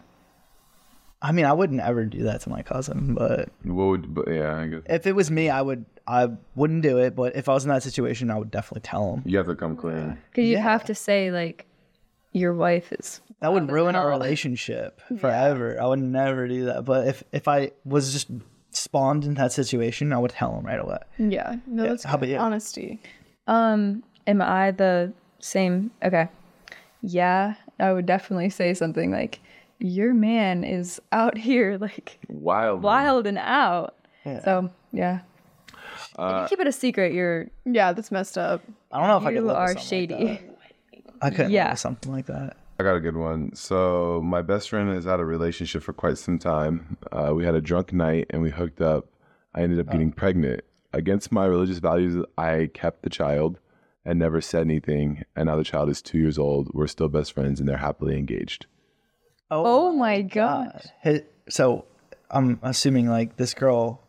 I mean, I wouldn't ever do that to my cousin, but What would? But yeah, I guess if it was me, I would. I wouldn't do it. But if I was in that situation, I would definitely tell him. you have to come clean. because you'd have to say like your wife is. That would ruin our relationship forever. I would never do that. But if if I was just spawned in that situation, I would tell him right away. Yeah. No, that's how about good. you? honesty. Um, am I the same? Okay. Yeah, I would definitely say something like, "Your man is out here like Mm. Wild. wild and out." So yeah. if you keep it a secret, you're Yeah, that's messed up. I don't know if I could you live with are something shady. Like that. I couldn't yeah. Yeah. something like that. I got a good one. So my best friend is out of relationship for quite some time. Uh, we had a drunk night and we hooked up. I ended up getting pregnant. Against my religious values, I kept the child and never said anything. And now the child is two years old. We're still best friends and they're happily engaged. Oh my gosh. His, so I'm assuming like this girl,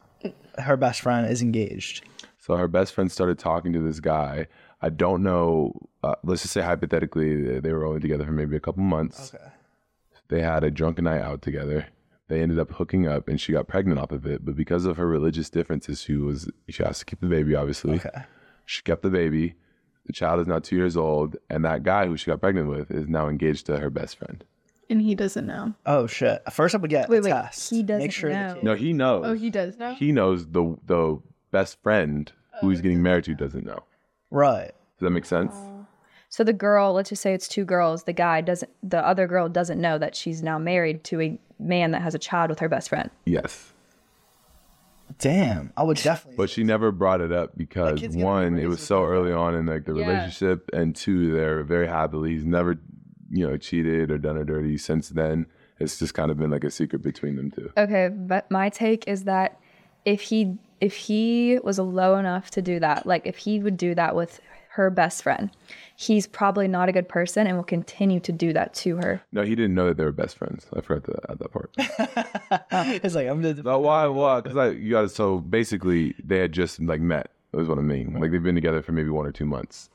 her best friend is engaged. So her best friend started talking to this guy. I don't know. Uh, let's just say hypothetically, th- they were only together for maybe a couple months. Okay. They had a drunken night out together. They ended up hooking up, and she got pregnant off of it. But because of her religious differences, she was she has to keep the baby. Obviously, okay. she kept the baby. The child is now two years old, and that guy who she got pregnant with is now engaged to her best friend. And he doesn't know. Oh shit! First, I would get Wait, a wait, test. he doesn't Make sure know. The kid- No, he knows. Oh, he does know? He knows the the best friend who he's getting married to doesn't know. right. Does that make sense? So the girl, let's just say it's two girls. The guy doesn't, the other girl doesn't know that she's now married to a man that has a child with her best friend. Yes. Damn, I would definitely. But she never brought it up because kid's gonna be one, it raised was with so early on in like the relationship, and two, they're very happily. He's never, you know, cheated or done her dirty since then. It's just kind of been like a secret between them two. Okay, but my take is that if he if he was low enough to do that, like if he would do that with her best friend, he's probably not a good person and will continue to do that to her. No, he didn't know that they were best friends. I forgot to add that part. it's like I'm just. no, why? Why? Because I you got so basically they had just like met. That was what I mean. Like they've been together for maybe one or two months.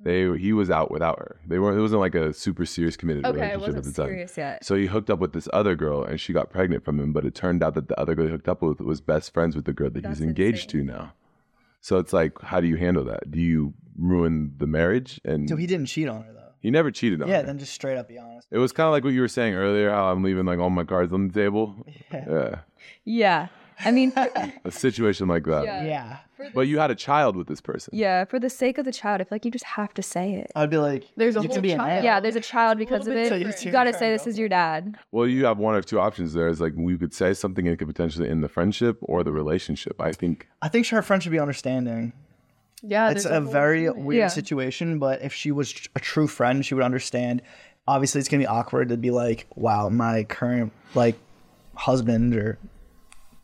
They he was out without her. They weren't. It wasn't like a super serious committed Okay, I relationship at wasn't the time. serious yet. So he hooked up with this other girl, and she got pregnant from him. But it turned out that the other girl he hooked up with was best friends with the girl that That's he's engaged insane. to now. So it's like, how do you handle that? Do you ruin the marriage? And So he didn't cheat on her though. he never cheated on yeah, her. then just straight up be honest. it was kind of like what you were saying earlier. How I'm leaving like all my cards on the table. Yeah. Yeah, Yeah. I mean, for, a situation like that. Yeah. Yeah. for the, But you had a child with this person. yeah, for the sake of the child, I feel like you just have to say it. I'd be like, There's a you whole can be an child. ass. Yeah, there's a child because of bit it. different. You got to say this is your dad. Well, you have one of two options there. It's like we could say something and it could potentially end the friendship or the relationship. I think I think her friend should be understanding. Yeah, it's there's a whole very weird Yeah. situation, but if she was tr- a true friend, she would understand. Obviously, it's gonna be awkward to be like, "Wow, my current like husband or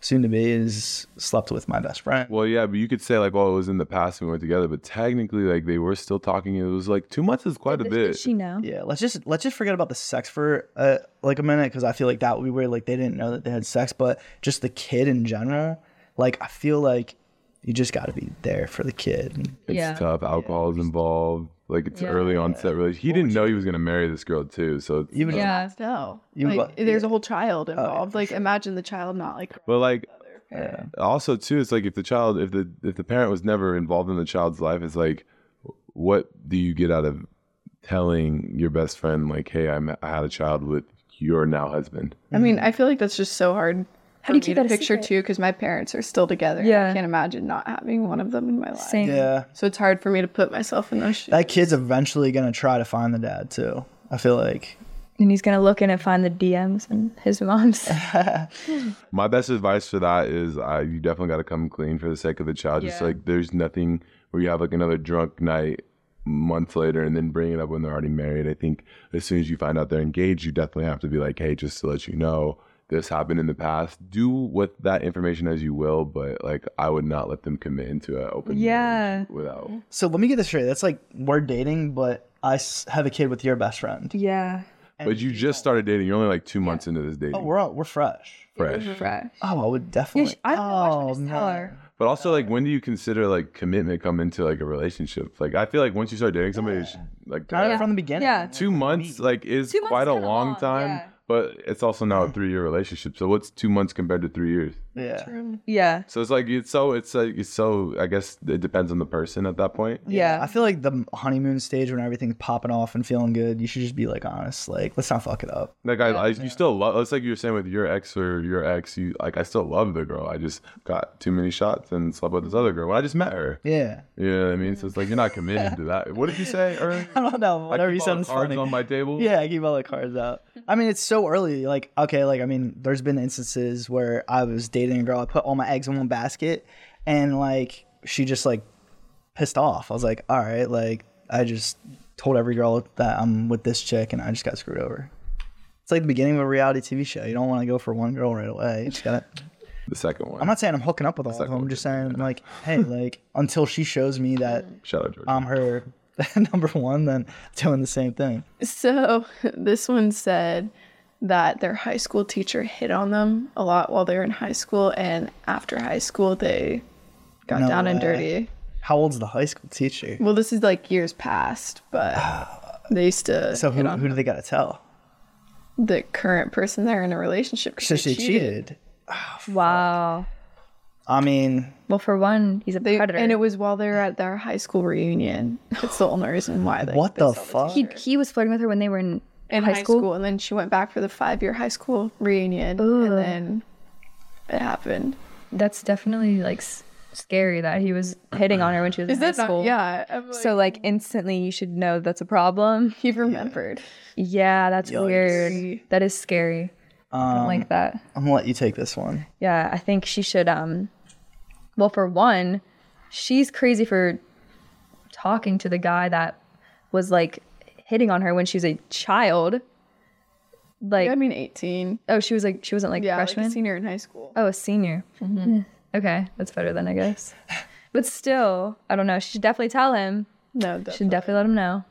soon to be is slept with my best friend." Well, yeah, but you could say like, well, it was in the past and we weren't together, but technically, like, they were still talking. It was like two months is quite a Did bit. she know? yeah, let's just let's just forget about the sex for uh, like a minute because I feel like that would be weird. Like they didn't know that they had sex, but just the kid in general. Like I feel like you just got to be there for the kid. It's Yeah. tough. Alcohol is involved. Like, it's Yeah. early onset relationship. He didn't know he was gonna marry this girl too. So, it's, Even Yeah. No, You Oh, like, lo- there's a whole child involved. Like, imagine the child not like. Mm-hmm. but like, also too, it's like if the child, if the if the parent was never involved in the child's life, it's like, what do you get out of telling your best friend like, hey, I'm, I had a child with your now husband? I mean, I feel like that's just so hard. How do you for keep me to that a picture secret? too? Because my parents are still together. Yeah. I can't imagine not having one of them in my life. Same. yeah, So it's hard for me to put myself in those shoes. that kid's eventually gonna try to find the dad too. I feel like And he's going to look in and find the DMs and his mom's. My best advice for that is uh, you definitely got to come clean for the sake of the child. Just Yeah. like there's nothing where you have like another drunk night months later and then bring it up when they're already married. I think as soon as you find out they're engaged, you definitely have to be like, hey, just to let you know, this happened in the past. Do with that information as you will, but like I would not let them commit into an open Yeah. marriage without. so. Let me get this straight. That's like we're dating, but I s- have a kid with your best friend. yeah. But you just started dating. You're only like two months into this dating. Oh, we're all, we're fresh. fresh. Fresh. Oh, I would definitely. I don't know. Why should I oh, just tell man. her? But also, like, when do you consider like commitment come into like a relationship? Like, I feel like once you start dating somebody, you should like Not uh, from the beginning. Yeah. two months like is Two months quite is a kinda long, long, time yeah. but it's also now Hmm. a three year relationship so what's two months compared to three years Yeah. Yeah. so it's like it's so it's like it's so i guess it depends on the person at that point Yeah. I feel like the honeymoon stage when everything's popping off and feeling good, you should just be like honest. Like, let's not fuck it up. Mm-hmm. like i, I you still love it's like you were saying with your ex or your ex you like i still love the girl i just got too many shots and slept with this other girl when i just met her Yeah. you know what i mean so it's like you're not committed to that what did you say earlier I don't know. I Whatever keep you all the sounds cards funny. on my table yeah, I keep all the cards out. I mean, it's so early. Like, okay, like I mean, there's been instances where I was dating a girl, I put all my eggs in one basket, and like she just like pissed off. I was like, all right, like I just told every girl that I'm with this chick, and I just got screwed over. It's like the beginning of a reality TV show. You don't want to go for one girl right away. You just gotta. the second one I'm not saying I'm hooking up with all of them. I'm just saying like, hey, like until she shows me that shout out Georgia. I'm her number one, then doing the same thing. So this one said that their high school teacher hit on them a lot while they were in high school, and after high school they got No down and way. dirty. How old's the high school teacher? Well, this is like years past, but they used to So hit who, on who do they got to tell? the current person they're in a relationship. 'cause So they she cheated. Wow. I mean, Well, for one, he's a They, predator. and it was while they were at their high school reunion. That's the only reason why. Like, what they the saw fuck? he, he was flirting with her when they were in, in high, school. and then she went back for the five-year high school reunion, Ugh. and then it happened. That's definitely like s- scary that he was hitting on her when she was Is in high that school. not? Yeah. I'm like- So like instantly you should know that's a problem. He remembered. Yeah, that's weird. Yikes. Um, That is scary. I don't like that. I'm gonna let you take this one. Yeah, I think she should um well for one, she's crazy for talking to the guy that was like hitting on her when she was a child. Like I mean, 18. oh, she was like she wasn't like Yeah, freshman. like a senior in high school. Oh, a senior. Eh, Okay, that's better then, I guess. But still, I don't know. She should definitely tell him. No, She should definitely let him know.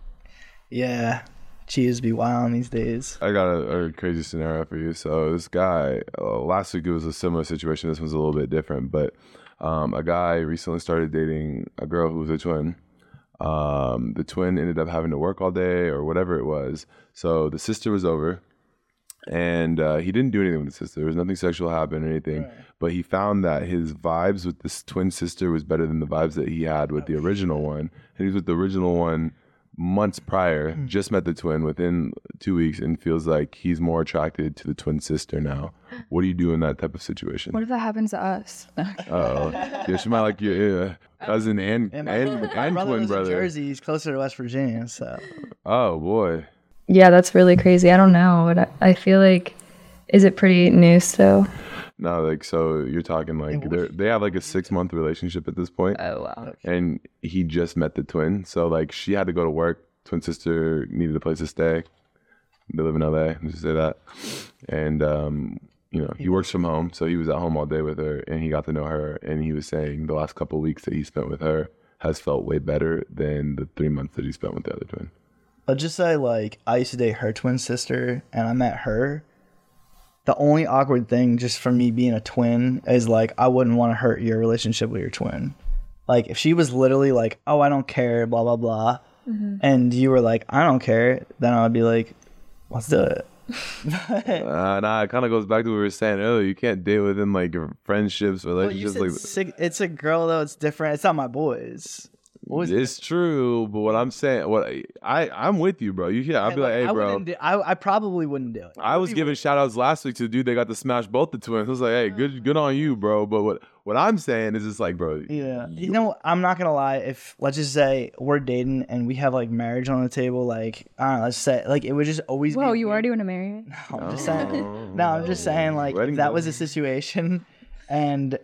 Yeah, cheaters be wild these days. I got a, a crazy scenario for you. So this guy uh, last week it was a similar situation. This one's a little bit different, but um, a guy recently started dating a girl who was a twin, Um, the twin ended up having to work all day or whatever it was. So the sister was over and uh, he didn't do anything with his sister. There was nothing sexual happened or anything. But he found that his vibes with this twin sister was better than the vibes that he had with the original one. And he was with the original one months prior, just met the twin within two weeks, and feels like he's more attracted to the twin sister now. What do you do in that type of situation? What if that happens to us? No. Oh, yeah, she might like your yeah, cousin and and, Uh, my- and brother twin lives brother. in Jersey. He's closer to West Virginia, so Oh boy. Yeah, that's really crazy. I don't know. What I, I feel like, is it pretty new still? No, like so you're talking like they they have like a six month relationship at this point, Oh wow. and he just met the twin. So like she had to go to work. Twin sister needed a place to stay. They live in LA. Let's just say that. And um, you know he works from home, so he was at home all day with her, and he got to know her. And he was saying the last couple weeks that he spent with her has felt way better than the three months that he spent with the other twin. I'll just say like I used to date her twin sister, and I met her. The only awkward thing, just from me being a twin, is like I wouldn't want to hurt your relationship with your twin. Like if she was literally like, "Oh, I don't care," blah blah blah, and you were like, "I don't care," then I would be like, "Let's do it." Uh, nah, it kind of goes back to what we were saying earlier. You can't date within like your friendships, But you relationships. said like sig- it's a girl though. It's different. It's not my boys. What was It's true, but what I'm saying, what I, I I'm with you, bro. You yeah, I'd be like, hey, I bro. wouldn't Do, I I probably wouldn't do it. I was giving shout outs last week to the dude that got to smash both the twins. I was like, hey, good good on you, bro. But what what I'm saying is it's like, bro, Mm. Yeah. You know, I'm not gonna lie. If let's just say we're dating and we have like marriage on the table, like I don't know, let's say like it would just always. Whoa, be you weird. already want to marry me? No, I'm just saying. No, I'm just saying. Like Wedding if that was a goals. situation, and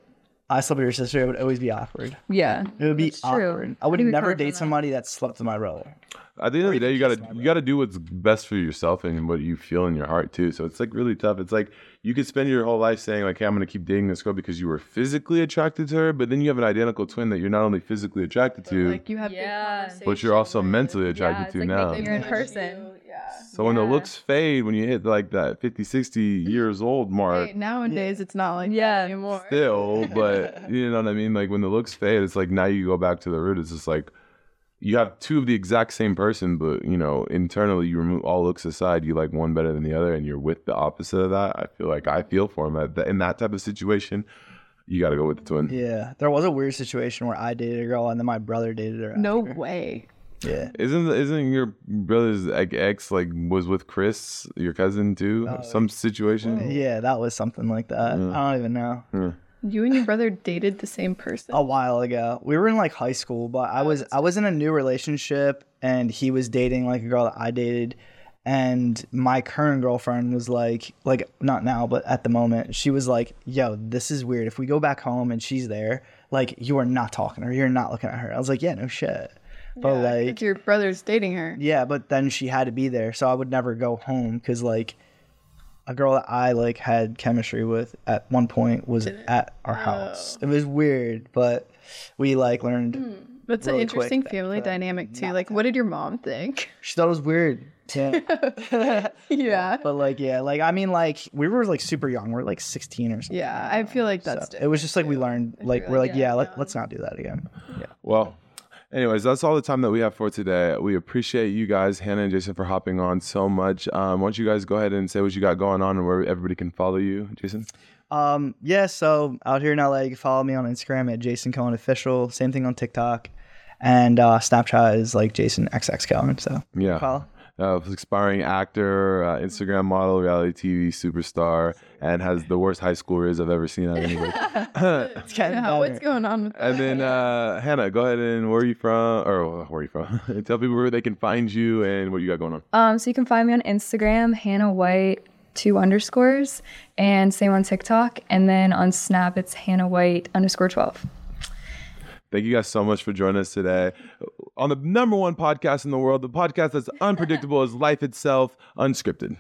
I slept with your sister, it would always be awkward. Yeah. It would be That's true. awkward. I would do we never recover from date that? somebody that slept with my brother. at the end of the day, you gotta you gotta do what's best for yourself and what you feel in your heart too. So it's like really tough. It's like you could spend your whole life saying like, "Hey, I'm gonna keep dating this girl because you were physically attracted to her," but then you have an identical twin that you're not only physically attracted to, Like you have Yeah. yeah. good but you're also mentally Yeah, attracted it's like to now. making your- in conversation. person. Yeah. So when the Yeah. looks fade, when you hit like that 50, 60 years old mark, Hey, nowadays it's not like Yeah. that anymore. still, but you know what I mean? Like when the looks fade, it's like now you go back to the root. It's just like you have two of the exact same person, but you know, internally you remove all looks aside, you like one better than the other, and you're with the opposite of that. I feel like I feel for him at that, in that type of situation. You got to go with the twin. Yeah, there was a weird situation where I dated a girl and then my brother dated her. No way. Yeah. Isn't isn't your brother's like, ex like was with Chris, your cousin too? Some situation. Uh, Yeah, that was something like that. I don't even know. You and your brother dated the same person. a while ago. We were in like high school, but I was I was in a new relationship and he was dating like a girl that I dated and my current girlfriend was like like not now but at the moment she was like yo this is weird if we go back home and she's there like you are not talking to her you're not looking at her i was like yeah no shit but like Like your brother's dating her. yeah but then she had to be there so i would never go home because like a girl that i like had chemistry with at one point was at our house it was weird but we like learned That's really an quick interesting that- family for that dynamic too. Like, what did your mom think? she thought it was weird yeah. yeah. but like yeah like i mean like we were like super young we are like 16 or something Yeah. I feel like that's so it was just like we learned like we're like yeah, let, let's not do that again Well, anyways, that's all the time that we have for today. We appreciate you guys, Hannah and Jason, for hopping on so much. Um, why don't you guys go ahead and say what you got going on and where everybody can follow you, Jason? Um, yeah, so out here in LA, you can follow me on Instagram at Jason Cohen Official. Same thing on TikTok. And uh, Snapchat is like Jason XX Cohen. So Yeah. follow. Uh, aspiring actor, uh, Instagram model, reality TV superstar, and has the worst high school riz I've ever seen out of anybody. It's getting yeah, what's better. going on with that? and then uh, Hannah, go ahead and where are you from? Or where are you from? Tell people where they can find you and what you got going on. Um, so you can find me on Instagram, Hannah White two underscores, and same on TikTok, and then on Snap it's Hannah White underscore twelve. Thank you guys so much for joining us today on the number one podcast in the world, the podcast that's unpredictable as life itself, unscripted.